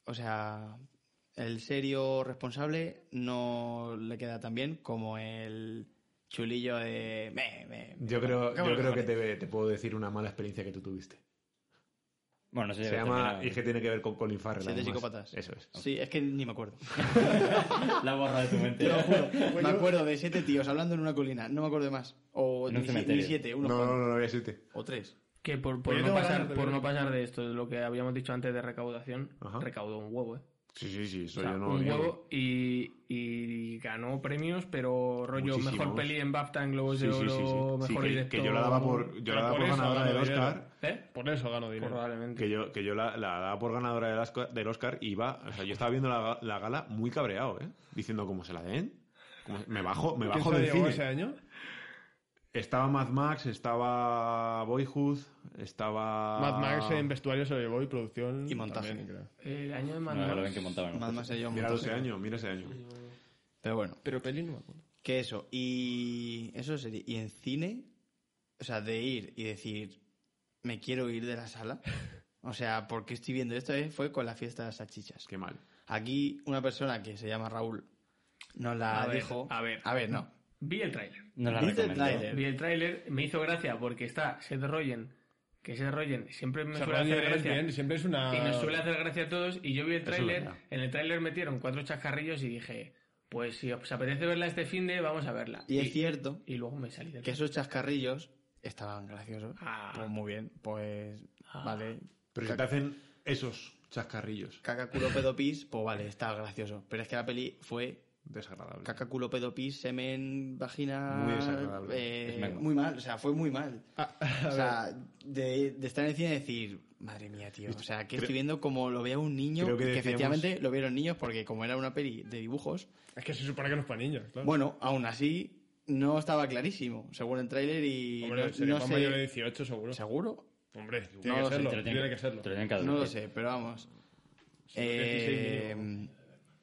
O sea, el serio responsable no le queda tan bien como el chulillo de. "Me, me, me". Yo Cámara, creo, yo creo que cámara. te, te puedo decir una mala experiencia que tú tuviste. Bueno, no sé si Se habéis llama, terminado. y es que tiene que ver con Colin Farrell. Siete además. psicópatas. Eso es. Sí, es que ni me acuerdo. La borra de tu mente. Pues me acuerdo de siete tíos hablando en una colina, no me acuerdo de más. O En un ni, si- cementerio. ni siete, uno No, no, Juan. no, no voy a decirte. o tres. Que por, por Oye, no tengo pasar, ganas de por verlo. no pasar de esto, de lo que habíamos dicho antes de recaudación, Ajá. recaudó un huevo, ¿eh? Sí, sí, sí, eso O sea, yo no lo un niego. huevo y, y ganó premios, pero rollo Muchísimos. mejor peli en BAFTA, en Globos de ¿eh? Sí, sí, Oro, sí, sí. Sí, mejor que- director... que yo la daba por, yo Pero la daba por por eso ganadora del gana dinero. Oscar. ¿Eh? Por eso gano dinero. Probablemente. Que yo, que yo la, la daba por ganadora del Oscar, del Oscar y iba, o sea, yo estaba viendo la, la gala muy cabreado, ¿eh? Diciendo cómo se la den. cómo se- me bajo, me ¿Quién bajo se del llevó cine. ese año? Estaba Mad Max, estaba Boyhood, estaba. Mad Max en vestuario se lo llevó y producción... Y montaje. también, creo. El año de Mad No, Max. lo ven que montaban. Más, más ellos Mira montaje. ese año, mira ese año. Pero bueno, Pero peli no me acuerdo. Que eso, y eso sería. Y en cine, o sea, de ir y decir, me quiero ir de la sala. O sea, porque estoy viendo esto eh, fue con la fiesta de las salchichas. Qué mal. Aquí una persona que se llama Raúl nos la A ver, dijo. a ver. A ver, no. Vi el tráiler. No la Viste el recomiendo. Ah. tráiler. Vi el tráiler, me hizo gracia porque está Seth Rogen, que Seth Rogen siempre me O sea, suele Rodríguez hacer es gracia. bien, siempre es una... Y nos suele hacer gracia a todos. Y yo vi el Eso es tráiler. verdad. En el tráiler metieron cuatro chascarrillos y dije, pues si os apetece verla este fin de, vamos a verla. Y es cierto y luego me salí del que esos chascarrillos estaban graciosos. Ah. Pues muy bien, pues Ah. vale. Pero si te hacen esos chascarrillos. Caca culo pedo pis, pues vale, estaba gracioso. Pero es que la peli fue Desagradable. caca culo pedo pis, semen, vagina. Muy desagradable. eh, Es mal. muy mal, o sea, fue muy mal. Ah, o sea, de, de estar en el cine y decir, madre mía, tío. O sea, que Creo- estoy viendo como lo veía un niño, Creo que, que decíamos- efectivamente lo vieron niños, porque como era una peli de dibujos, Es que se supone que no es para niños, claro. bueno, aún así no estaba clarísimo, según el tráiler y Hombre, no- sería no, más sé- mayor de 18 seguro. ¿Seguro? Hombre, No tiene lo que sé, serlo, Te lo tienen tiene que serlo. te lo tienen que No lo admitir. sé, pero vamos. Son 16 Eh,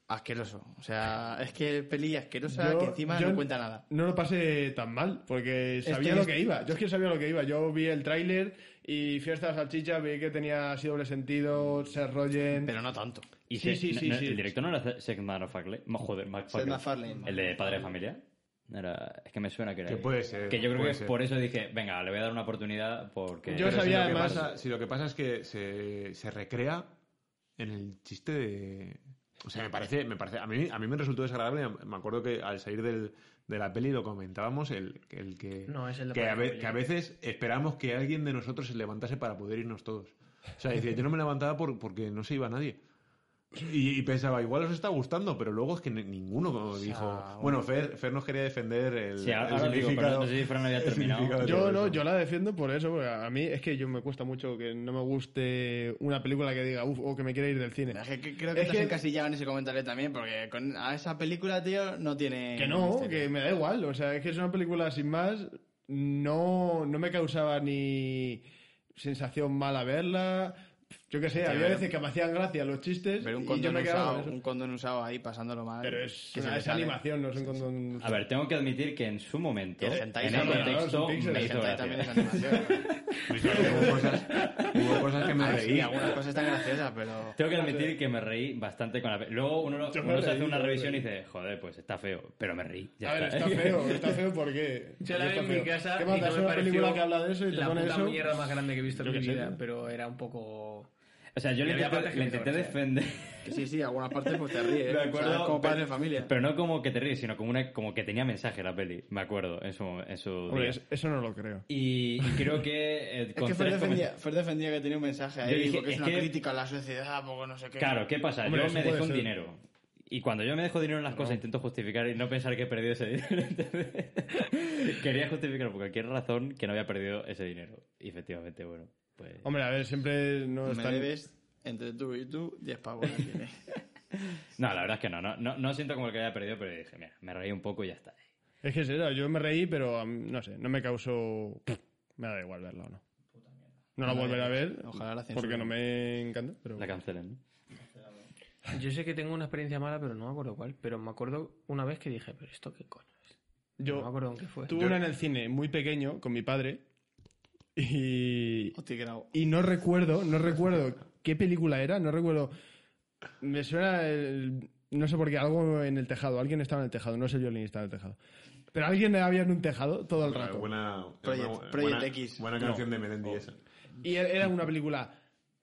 asqueroso. O sea, es que peli asquerosa Yo- que encima yo no cuenta nada. No lo pasé tan mal, porque sabía lo es- que iba. Yo es que sabía lo que iba. Yo vi el tráiler y Fiesta de la Salchicha, vi que tenía así doble sentido, se rollen... Pero no tanto. Y Sí, se- sí, no- sí, no- sí. El director no era Seth MacFarlane. Mo- Joder, Seth MacFarlane. MacFarlane. El de Padre de Familia. No Era, es que me suena que era. Que él. puede ser, Que yo creo puede que ser. por eso dije, venga, le voy a dar una oportunidad porque. Yo Pero sabía si lo, que además- pasa, si lo que pasa es que se, se recrea en el chiste de... O sea, me parece... Me parece a, mí, a mí me resultó desagradable. Me acuerdo que al salir del- de la peli lo comentábamos, el, el que... No, es el de que, a Padre de ve- Familia. que a veces esperamos que alguien de nosotros se levantase para poder irnos todos. O sea, decía, yo no me levantaba por- porque no se iba nadie. Y, y pensaba, igual os está gustando, pero luego es que ni- ninguno como dijo... bueno, Fer, Fer nos quería defender el, Sí, ahora- el ahora digo, significado- perdón, no sé si Fran había el terminado. significado de Yo todo no, eso. yo la defiendo por eso, porque a mí es que yo me cuesta mucho que no me guste una película que diga, uff, o que me quiera ir del cine. Es que creo que Es te has que- encasillado en ese comentario también, porque con, a esa película, tío, no tiene. Que no, misterio. que me da igual. O sea, es que es una película sin más. No, no me causaba ni sensación mala verla. Yo qué sé, había ver- veces que me hacían gracia los chistes Ver un y yo condón, me quedaba usado, con eso. un condón usado ahí pasándolo mal. Pero es, que se una- le es sale. animación, no es un condón. A ver, tengo que admitir que en su momento, Y el en hentai el también, Eh, ¿no? Es un contexto, pixel. me El hizo hentai gracia. también es animación. hubo, cosas, hubo cosas que me A ver, Ah, sí, reí. algunas cosas están graciosas, pero. Tengo que admitir que me reí bastante con la... pe- Luego uno, lo- Yo me uno se reí, hace una yo me revisión y dice, joder, pues está feo, pero me reí. ya A ver, está feo, está feo porque. Yo la vi está en mi feo. casa ¿Qué y más da? no Es me una pareció película que habla de eso y te la pone puta eso. mierda más grande que he visto en Yo mi qué sé, vida, tío. pero era un poco... O sea, yo le Y había intenté, partes que le me intenté hizo gracia. defender, Que sí, sí, algunas partes pues te ríes. De ¿sabes? acuerdo, Como padre de pero- familia. pero no como que te ríes, sino como, una, como que tenía mensaje la peli, me acuerdo, en su, en su Hombre, día. es- eso no lo creo. Y, y creo que... eh, Es con que Fer tres defendía, Fer defendía que tenía un mensaje ahí, Yo dije, porque es, es una que- crítica a la sociedad, porque no sé qué. Claro, ¿qué pasa? Hombre, yo eso me puede dejo un ser. dinero. Y cuando yo me dejo dinero en las cosas, intento justificar y no pensar que he perdido ese dinero. ¿entendés? Quería justificar por cualquier razón que no había perdido ese dinero. Y efectivamente, bueno, pues... Hombre, a ver, siempre no Me están- debes entre tú y tú 10 pavos. aquí, ¿eh? No, la verdad es que no. No, no, no siento como el que haya perdido, pero dije, mira, me reí un poco y ya está. Es que es eso, yo me reí, pero a mí- no sé, no me causó. Me da igual verla o no. No la volveré a ver, Ojalá la censuren. porque no me encanta. Pero... La cancelen, ¿no? Yo sé que tengo una experiencia mala, pero no me acuerdo cuál. Pero me acuerdo una vez que dije, pero esto qué coño es. no me Yo acuerdo en qué fue. tuve Yo- una en el cine muy pequeño con mi padre y, Hostia, que no. y no recuerdo, no recuerdo qué película era, no recuerdo. Me suena, el- no sé por qué, algo en el tejado, alguien estaba en el tejado, no sé el violinista en el tejado. Pero alguien había en un tejado todo Ah, el rato. Buena, Project- buena- Project buena- X. Buena canción de Melendi esa. Y er- era una película.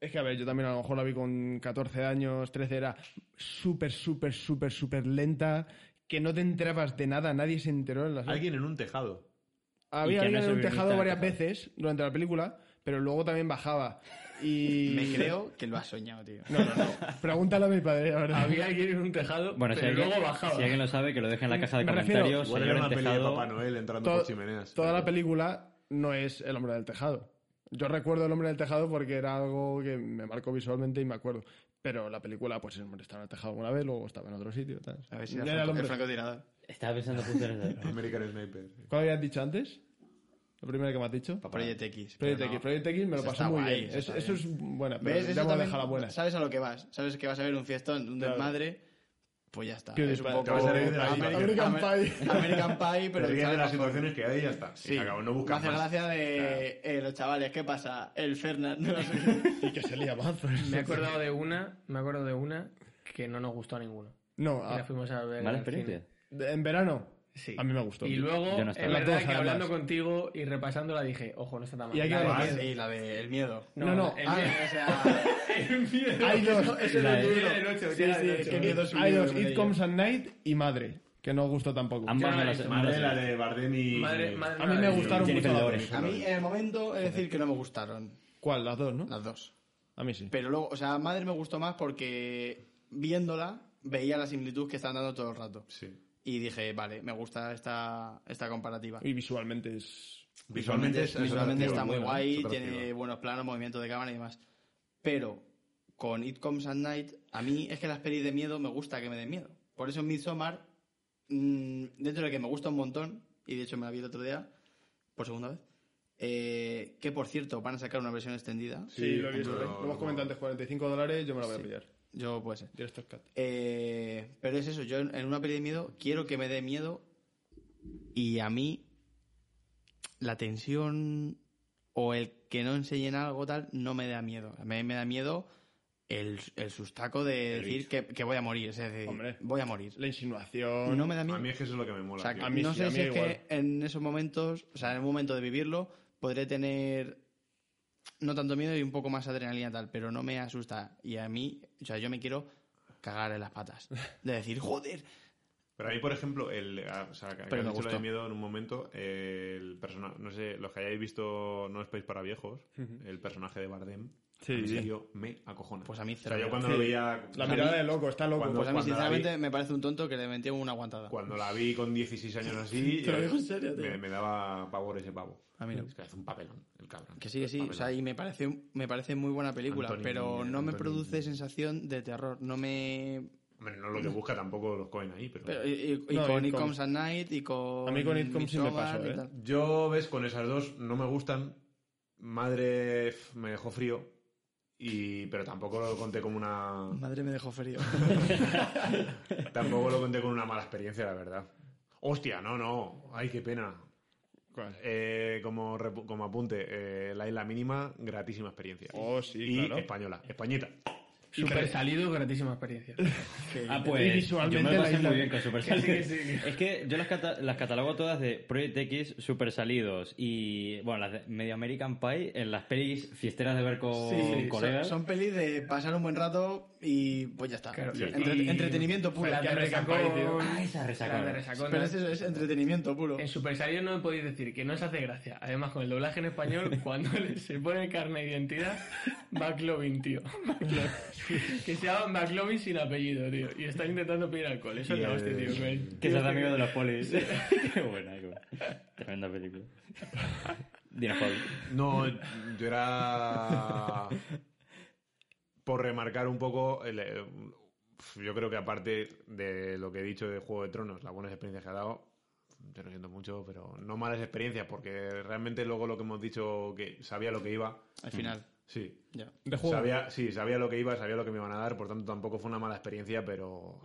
Es que, a ver, yo también a lo mejor la vi con 14 años, 13, era súper, súper, súper, súper lenta, que no te enterabas de nada, nadie se enteró en la sala. Alguien en un tejado. Había Y que no alguien se en un vio tejado ni varias tanta. veces durante la película, pero luego también bajaba. Y... Me creo que lo has soñado, tío. No, no, no. Pregúntalo a mi padre, la verdad. Había alguien en un tejado, Bueno, si pero alguien, luego bajaba. si alguien lo sabe, que lo deje en la caja de Me refiero- comentarios. Igual señor era una en peli de tejado. Papá Noel entrando To- por chimeneas. toda la película no es El hombre del tejado. Yo recuerdo El hombre del tejado porque era algo que me marcó visualmente y me acuerdo. Pero la película, pues el hombre estaba en el tejado alguna vez, luego estaba en otro sitio. tal. A ver si No era era el franco- el hombre. francotirador. Estaba pensando justo en eso. American Sniper. ¿Cuál habías dicho antes? Lo primero que me has dicho. Project X. Project pero X. no. Project X me lo Eso pasé está muy guay, bien. eso Es- está Eso bien. es buena, pero ¿Ves? ya Eso voy a también dejar la buena. Sabes a lo que vas. Sabes que vas a ver un fiestón de Claro. madre, Pues ya está. Quiero Es decir, un poco te vas a reír de la Amer- American Amer- Pie. American Pie, Pero pero ríes de claro, las situaciones que hay y ya está. Y sí. se acabó, no Me buscas hace más. gracia de eh, los chavales, ¿qué pasa? El Fernan. no sé qué. Y que se lía más. pues. Me he acordado de una, me acuerdo de una que no nos gustó a ninguno. No, Y a- la fuimos a ver. ¿Mala al cine. experiencia? en verano. Sí. Ah, A mí me gustó. Y luego, Yo no es estaba. Las verdad dos, que hablando además. contigo y repasándola dije, ojo, no está tan mal. Y hay que La de- hablar. Ah, sí, la del miedo. No, No, no, el Ah, miedo, o sea, Hay dos. E. La de- el ocho, sí, ya, sí, el ocho. qué miedo subido Hay dos. de It ello. Comes at Night y Madre, que no gustó tampoco. Ambas Ya, me las- es- me las- Madre, la eh. de Bardem y... Madre- madre A mí mía. me gustaron Jennifer mucho. las Lawrence. dos. A mí en el momento he de decir que no me gustaron ¿Cuál? Las dos, ¿no? las dos. A mí sí. Pero luego, o sea, Madre me gustó más porque viéndola veía la similitud que están dando todo el rato. Sí. Y dije, vale, me gusta esta, esta comparativa. Y visualmente es... Visualmente, es- es visualmente atractiva, está muy buena, guay, es atractiva. tiene buenos planos, movimientos de cámara y demás. Pero con It Comes at Night, a mí es que las pelis de miedo me gusta que me den miedo. Por eso Midsommar, mm, dentro de que me gusta un montón, y de hecho me la vi el otro día, por segunda vez, eh, que por cierto van a sacar una versión extendida. Sí, lo he visto. pero- ¿eh? Lo hemos comentado antes, 45 dólares, yo me la voy a pillar. Yo pues, puede ser. Director's Cut. Eh, pero es eso, yo en, en una peli de miedo quiero que me dé miedo y a mí la tensión o el que no enseñen algo tal no me da miedo. A mí me da miedo el, el sustaco de El decir bicho. que, que voy a morir, es decir, Hombre. voy a morir. La insinuación... No me da A miedo. mí es que eso es lo que me O mola. sea, tío. a mí no sí, sé a si mí es igual. que en esos momentos, o sea, en el momento de vivirlo, podré tener no tanto miedo y un poco más adrenalina tal, pero no me asusta. Y a mí, o sea, yo me quiero cagar en las patas. De decir, joder. Pero a mí, por ejemplo, el, ah, o sea, que- que Pero has me dicho lo gustó. de miedo en un momento, eh, el persona, no sé, los que hayáis visto No es país para viejos, el personaje de Bardem, Sí, en sí. serio, me acojona. Pues a mí o sea, yo cero. cuando Sí. lo veía... La o sea, mirada a mí- de loco, está loco. cuando- Pues a mí, la sinceramente, vi- me parece un tonto que le metió una guantada. Cuando la vi con 16 años así, Te lo eh, digo en serio, tío. me, me daba pavor ese pavo. A mí no. Es que hace un papelón, el cabrón. Que sí, que sí. O Papelón. sea, y me parece, me parece muy buena película, Anthony- pero no me Anthony- produce sensación de terror. No me. Hombre, no es lo que busca tampoco los Cohen ahí, pero... pero- y, y- y No, con It It Comes- Comes at Night y con. A mí con It Comes sí me Midsommar pasó, y ¿eh? tal. Yo, ves, con esas dos no me gustan. Madre f- me dejó frío. Y, pero tampoco lo conté como una Madre me dejó frío. tampoco lo conté con una mala experiencia la verdad hostia no no ay qué pena ¿Cuál? Eh, como repu- como apunte eh, la isla mínima gratísima experiencia Oh, sí, y claro. española españeta Super salido, gratísima experiencia. Ah, pues. Y visualmente yo me lo la pasé isla- muy bien con Super Salidos. Es que yo las, cata- las catalogo todas de Project X, Super Salidos y. Bueno, las de Medio American Pie en las pelis fiesteras de ver con Sí, son, colegas. son pelis de pasar un buen rato y pues ya está. Claro, Sí. y- Entre- entretenimiento puro. La de Pero Resacón, tío. Ah, esa Resacón. la de Resacón. es eso, es entretenimiento puro. En Super Saiyan no me podéis decir que no os hace gracia. Además, con el doblaje en español, cuando le- se pone el carnet de identidad, McLovin, tío. McLovin. que se llama McLovin sin apellido, tío. Y está intentando pedir alcohol. Eso es la Y el- hostia, tío. con el- Que se hace amigo de los polis. qué buena, qué buena. Tremenda película. Dinos, Paul. no yo era por remarcar un poco el- eh, yo creo que aparte de lo que he dicho de Juego de Tronos las buenas experiencias que ha dado te lo siento mucho pero no malas experiencias porque realmente luego lo que hemos dicho que sabía lo que iba Al final, sí ya. De juego. Sabía, sí, sabía lo que iba, sabía lo que me iban a dar, por tanto tampoco fue una mala experiencia, pero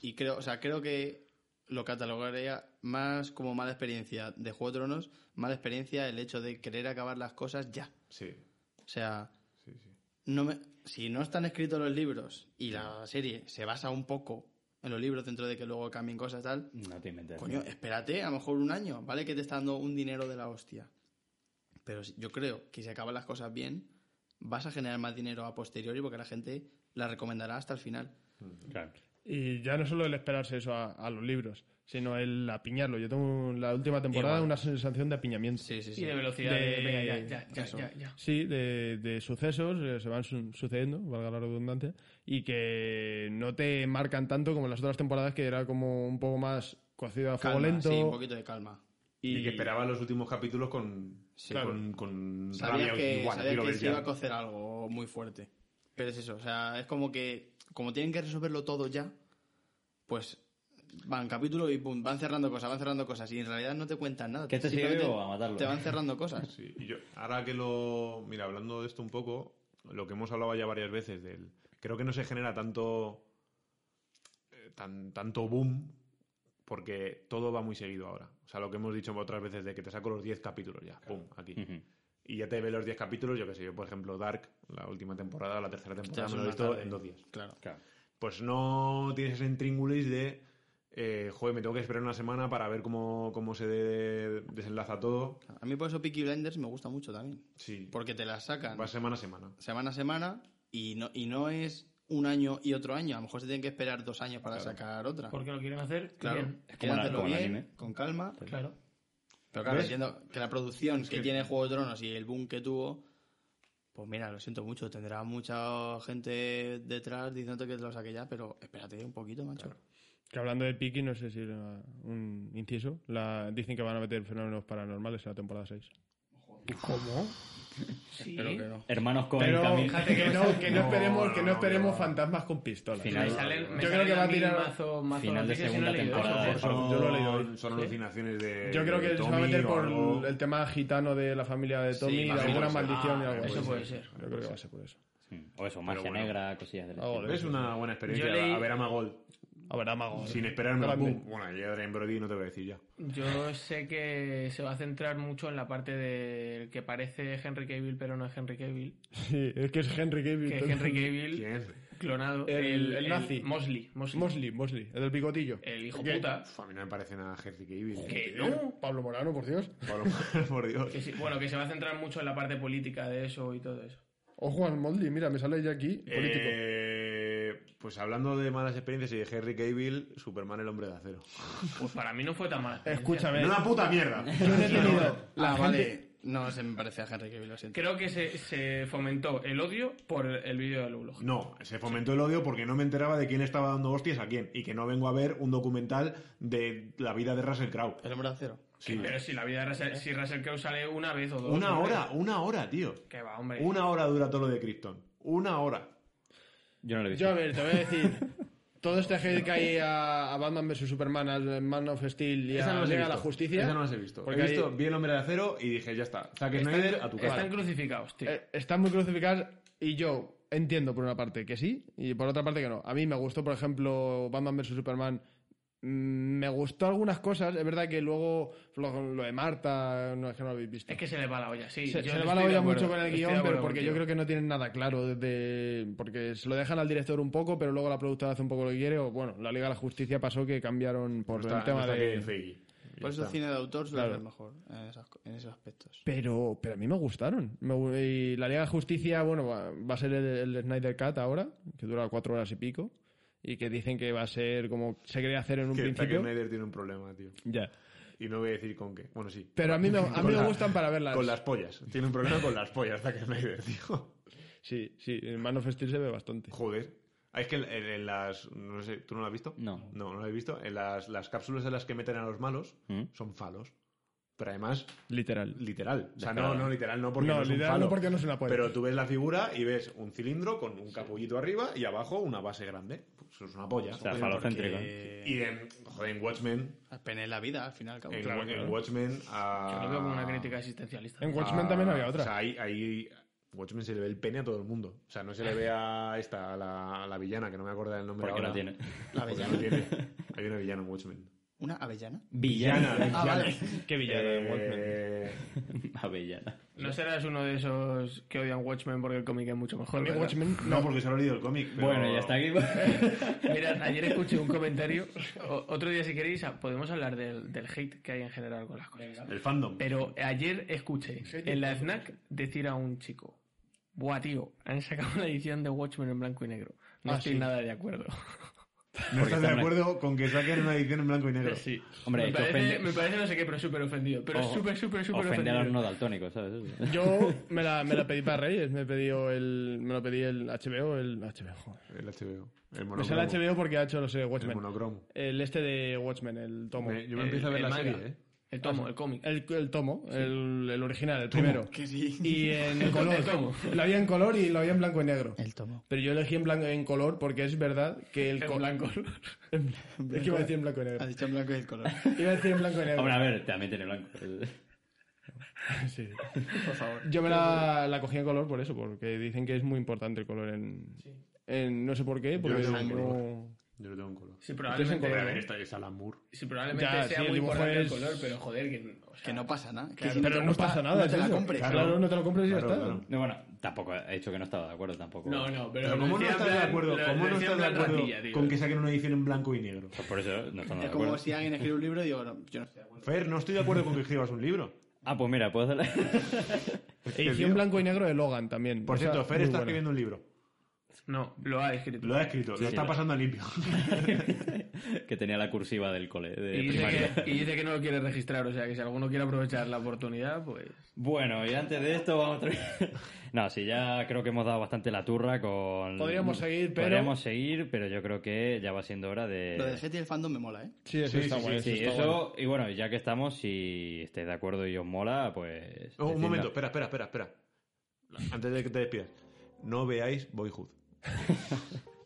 Y creo, o sea, creo que lo catalogaría más como mala experiencia de Juego de Tronos, mala experiencia el hecho de querer acabar las cosas ya. sí, O sea, sí, sí. no me- si no están escritos los libros y la serie se basa un poco en los libros dentro de que luego cambien cosas tal, No te inventes. coño, espérate a lo mejor un año, ¿vale? Que te está dando un dinero de la hostia. Pero si- yo creo que si acaban las cosas bien, vas a generar más dinero a posteriori porque la gente la recomendará hasta el final. Claro. Y ya no solo el esperarse eso a, a los libros, sino el apiñarlo. Yo tengo un- la última temporada Igual. una sensación de apiñamiento. Sí, sí, sí. Y de velocidad. De- de- venga, ya, ya, ya, eso. ya, ya. Sí, de, de sucesos, eh, se van su- sucediendo, valga la redundancia, y que no te marcan tanto como en las otras temporadas, que era como un poco más cocido a fuego Calma, lento. sí, un poquito de calma. Y, que esperaba los últimos capítulos con, Sí, con, con Sabías rabia, que, igual, sabías quiero que ver se ya. iba a cocer algo muy fuerte. Pero es eso, o sea, es como que como tienen que resolverlo todo ya, pues van capítulo y pum, van cerrando cosas, van cerrando cosas y en realidad no te cuentan nada. ¿Que este sigue Simplemente vivo a matarlo? Te van cerrando cosas. Sí, y yo, ahora que lo. Mira, hablando de esto un poco, lo que hemos hablado ya varias veces del. Creo que no se genera tanto. eh, tan, tanto boom porque todo va muy seguido ahora. O sea, lo que hemos dicho otras veces de que te saco los 10 capítulos ya, pum, aquí. Ujú. Y ya te ve los 10 capítulos, yo qué sé, yo por ejemplo Dark, la última temporada, la tercera temporada, Ya me lo he más visto tarde. en dos días. Claro. Claro. Pues no tienes ese intríngulis de, eh, joder, me tengo que esperar una semana para ver cómo, cómo se de- desenlaza todo. A mí por eso Peaky Blinders me gusta mucho también. Sí, Porque te las sacan va semana a semana. semana a semana y no, y no es un año y otro año. A lo mejor se tienen que esperar dos años para sacar otra. Porque lo quieren hacer. claro, bien. es como la- como el bien, anime. con calma. Claro. Pero claro, ¿Ves? entiendo que la producción que, tiene Juego de Tronos y el boom que tuvo, pues mira, lo siento mucho, tendrá mucha gente detrás diciendo que te lo saque ya, pero espérate un poquito, macho. Que hablando de Piki, no sé si era un inciso, la, dicen que van a meter fenómenos paranormales en la temporada 6. ¿Cómo? Sí. Pero que no. Hermanos con Pero camino. fíjate que no, que no No, esperemos, que no, no esperemos no. fantasmas con pistolas. Final. Me salen, me Yo creo salen que va a mí tirar mazo, mazo final de noticias y segunda no he leído temporada. eso. Por favor, yo lo he leído Son- Son alucinaciones de. Yo creo que de se va a meter Tommy o por algo. el tema gitano de la familia de Tommy, imagino alguna que sí. maldición y Ah, algo eso así. puede ser. Yo creo que va a ser por eso. Mm. O eso, magia bueno. negra, cosillas del Algo estilo. de Es eso. una buena experiencia. Yo leí- A ver a Magol. A ver, amago. Sin esperarme. Grande. pum. Bueno, ya Adrian Brody no te voy a decir ya. Yo sé que se va a centrar mucho en la parte del que parece Henry Cavill, pero no es Henry Cavill. Sí, es que es Henry Cavill. Que es todo. Henry Cavill ¿Quién? clonado. El- el nazi. Mosley. Mosley. Mosley, Mosley, el del bigotillo. El hijo ¿Qué? puta. Uf, a mí no me parece nada Henry Cavill. Que Eh, no. uh, Pablo Morano, por Dios. Por, por Dios. Que sí, bueno, que se va a centrar mucho en la parte política de eso y todo eso. O Juan Mosley, mira, me sale ya aquí, político. Eh, pues hablando de malas experiencias y de Henry Cavill, Superman el hombre de acero. Pues para mí no fue tan mal. Escúchame. ¡No una puta mierda! Yo no he tenido Ah, la gente- vale. No se me parece a Henry Cavill, lo siento. Creo que se, se fomentó el odio por el vídeo del blog. No, se fomentó el odio porque no me enteraba de quién estaba dando hostias a quién y que no vengo a ver un documental de la vida de Russell Crowe. El hombre de acero. Sí. Pero si la vida de Russell, si Russell Crowe sale una vez o dos. Una hombre, hora, una hora, tío. Que va, hombre. Una hora dura todo lo de Krypton. Una hora. Yo no lo he visto. Yo, a ver, te voy a decir. Todo este hate que hay a, a Batman vs Superman, al Man of Steel y Esa a no las he Liga de visto. la Justicia. Esa no las he visto. Porque he visto, hay- vi el hombre de acero y dije, ya está. Zack Están- Snyder a tu cara. Están crucificados, tío. eh, están muy crucificadas y yo entiendo por una parte que sí y por otra parte que no. A mí me gustó, por ejemplo, Batman vs Superman. Mm, Me gustó algunas cosas. Es verdad que luego lo, lo de Marta, no es que no lo habéis visto. es que se les va la olla, sí. se, yo se le estoy va la de olla acuerdo, mucho con el estoy de guión, pero acuerdo porque yo contigo. creo que no tienen nada claro. desde- porque se lo dejan al director un poco, pero luego la productora hace un poco lo que quiere. O bueno, la Liga de la Justicia pasó que cambiaron por No Pues está- el tema no está de. Kevin Feige. Ya Por eso está. el cine de autor suele Claro. ser mejor en, esas co- en esos aspectos. Pero, pero a mí me gustaron. Me gu- y la Liga de la Justicia, bueno, va, va a ser el, el Snyder Cut ahora, que dura cuatro horas y pico, y que dicen que va a ser como se quería hacer en un Que Zack principio. Snyder tiene un problema, tío. Ya. Y no voy a decir con qué. Bueno, sí. Pero a mí me, a Con mí me la- gustan para verlas. Con las pollas. Tiene un problema con las pollas, Zack Snyder, tío. Sí, sí, en Man of Steel se ve bastante. Joder. Ah, Es que en, en las... No sé, ¿tú no lo has visto? No. No, no lo he visto. En las, las cápsulas de las que meten a los malos ¿Mm? son falos. Pero además, Literal. literal. O sea, no, Descarado. no, literal no porque no, no, es un literal falo. no porque no es una polla. Pero tú ves la figura y ves un cilindro con un capullito arriba y abajo una base grande. Pues es una polla. O sea, Joder, falocéntrico. porque- Eh, Y en, joder, en Watchmen, Pene la vida, al final, en, claro. Wa- en Watchmen... a- Yo lo veo como una crítica existencialista. En Watchmen a- también había otra. O sea, ahí, ahí- Watchmen se le ve el pene a todo el mundo. O sea, no se le ve a esta, a la, a la villana, que no me acuerdo del nombre Porque ahora. no tiene. La Porque avellana. no tiene. Hay una villana en Watchmen. ¿Una avellana? Villana. Ah, vale. Qué Eh, Avellana. No serás uno de esos que odian Watchmen porque el cómic es mucho mejor. A mí ¿verdad? Watchmen No, porque se lo he leído el cómic. pero- Bueno, ya está aquí. Mira, ayer escuché un comentario. O- otro día, si queréis, a- podemos hablar del, del hate que hay en general con las cosas. El fandom. Pero ayer escuché en la FNAC decir a un chico: Buah, tío, han sacado la edición de Watchmen en blanco y negro. No Ah, estoy sí. nada de acuerdo. ¿No estás de está en- acuerdo con que saquen una edición en blanco y negro? Sí. Hombre, me es que parece, ofende- me parece no sé qué, pero súper ofendido. Pero Ojo, súper, súper, súper Ofende ofendido. a los no daltónicos, ¿sabes? Eso. Yo me la, me la pedí para Reyes, me pidió el, me lo pedí el HBO, el HBO. joder. El HBO. El Me sale monocromo. HBO porque ha hecho los de El Watchmen. monocromo. El este de Watchmen, el tomo. Me- yo me El- empiezo a ver el la manga. serie, ¿eh? El tomo, el cómic. El, el tomo, el, el original, el primero. Que sí. Y en El color. tomo. Lo había en color y lo había en blanco y negro. El tomo. Pero yo elegí en, blanco, en color porque es verdad que el En co- blanco. Es que iba a decir en blanco y negro. Ha dicho en blanco y el color. Iba a decir en blanco y negro. Hombre, a ver, también tiene blanco. Sí. Por favor. Yo me la, la cogí en color por eso, porque dicen que es muy importante el color en. en- no sé por qué, porque tengo no- en color. Yo lo tengo en color. Sí, Entonces, en probablemente, color, A ¿eh? ver, esta es Alan Moore. sí, probablemente Ya, sea sí, el muy dibujo importante el es- color, pero joder, que, o sea, Que no pasa nada. que Sí, si pero te no lo pa- pasa nada. No te es la eso. compres. Claro, no te la compres y ya Claro, está. claro. No, bueno, tampoco he dicho que no estaba de acuerdo tampoco. No, no, pero. Pero ¿cómo no decía estás de plan- acuerdo? lo- ¿Cómo lo no decía estás de en plan acuerdo ratilla, tío. con que saquen una edición en blanco y negro? Pues por eso no estamos de Es acuerdo. como si alguien escribe un libro y digo, no, yo no estoy de acuerdo. Fer, no estoy de acuerdo con que escribas un libro. Ah, pues mira, puedo hacer Edición blanco y negro de Logan también. Por Esa, cierto, Fer muy está buena. escribiendo un libro. No, lo ha escrito. Lo ha escrito, Sí, lo está lo- pasando a limpio. que tenía la cursiva del cole, de Y dice, primaria. que, y dice que no lo quiere registrar, o sea que si alguno quiere aprovechar la oportunidad, pues. Bueno, y antes de esto vamos a terminar- No, sí, ya creo que hemos dado bastante la turra con... Podríamos seguir, pero- Podríamos seguir, pero yo creo que ya va siendo hora de... Lo del GT y el fandom me mola, ¿eh? Sí, eso Sí, está sí, guay. Sí, está guay. eso... Y bueno, ya que estamos, si estáis de acuerdo y os mola, pues... Oh, un decidnos. momento, espera, espera, espera, espera. Antes de que te despidas. No veáis Boyhood.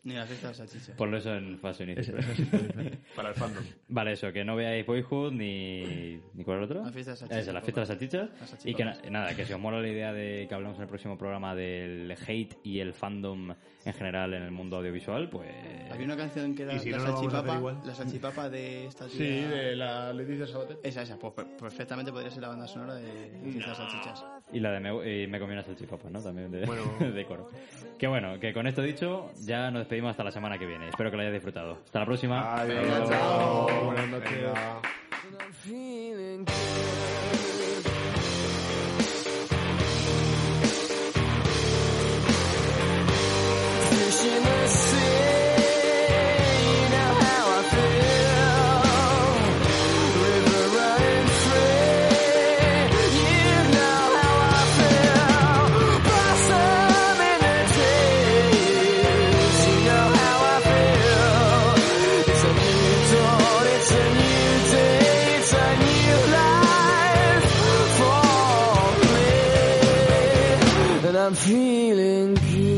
Ni la fiesta de salchicha. Ponlo eso en fase inicial. Para el fandom. Vale, eso, que no veáis Boyhood ni. ¿Ni cuál era el otro? La fiesta de las salchichas. Eso, la fiesta de las salchichas. Las salchipapas. Y que na- nada, que si os mola la idea de que hablamos en el próximo programa del hate y el fandom en general en el mundo audiovisual, pues. Había una canción que era Eh, Y si la, no, lo vamos a hacer salchipapa, igual. la salchipapa de esta tía. Sí, de la Leticia Sabater. Esa, esa. Pues per- perfectamente podría ser la banda sonora de la fiesta de las salchichas. Y la de me, y me comí una salchipapa, ¿no? También de, Bueno. de coro. Que bueno, que con esto dicho, ya nos despedimos hasta la semana que viene. Espero que lo hayáis disfrutado. Hasta la próxima. Adiós. Chao. Buenas noches. Venga. and I'm feeling good. Fishing the sea, you know how I feel. River running free, you know how I feel. Blossom in the trees, you know how I feel. It's a new dawn, it's a new day, it's a new life for me, and I'm feeling good.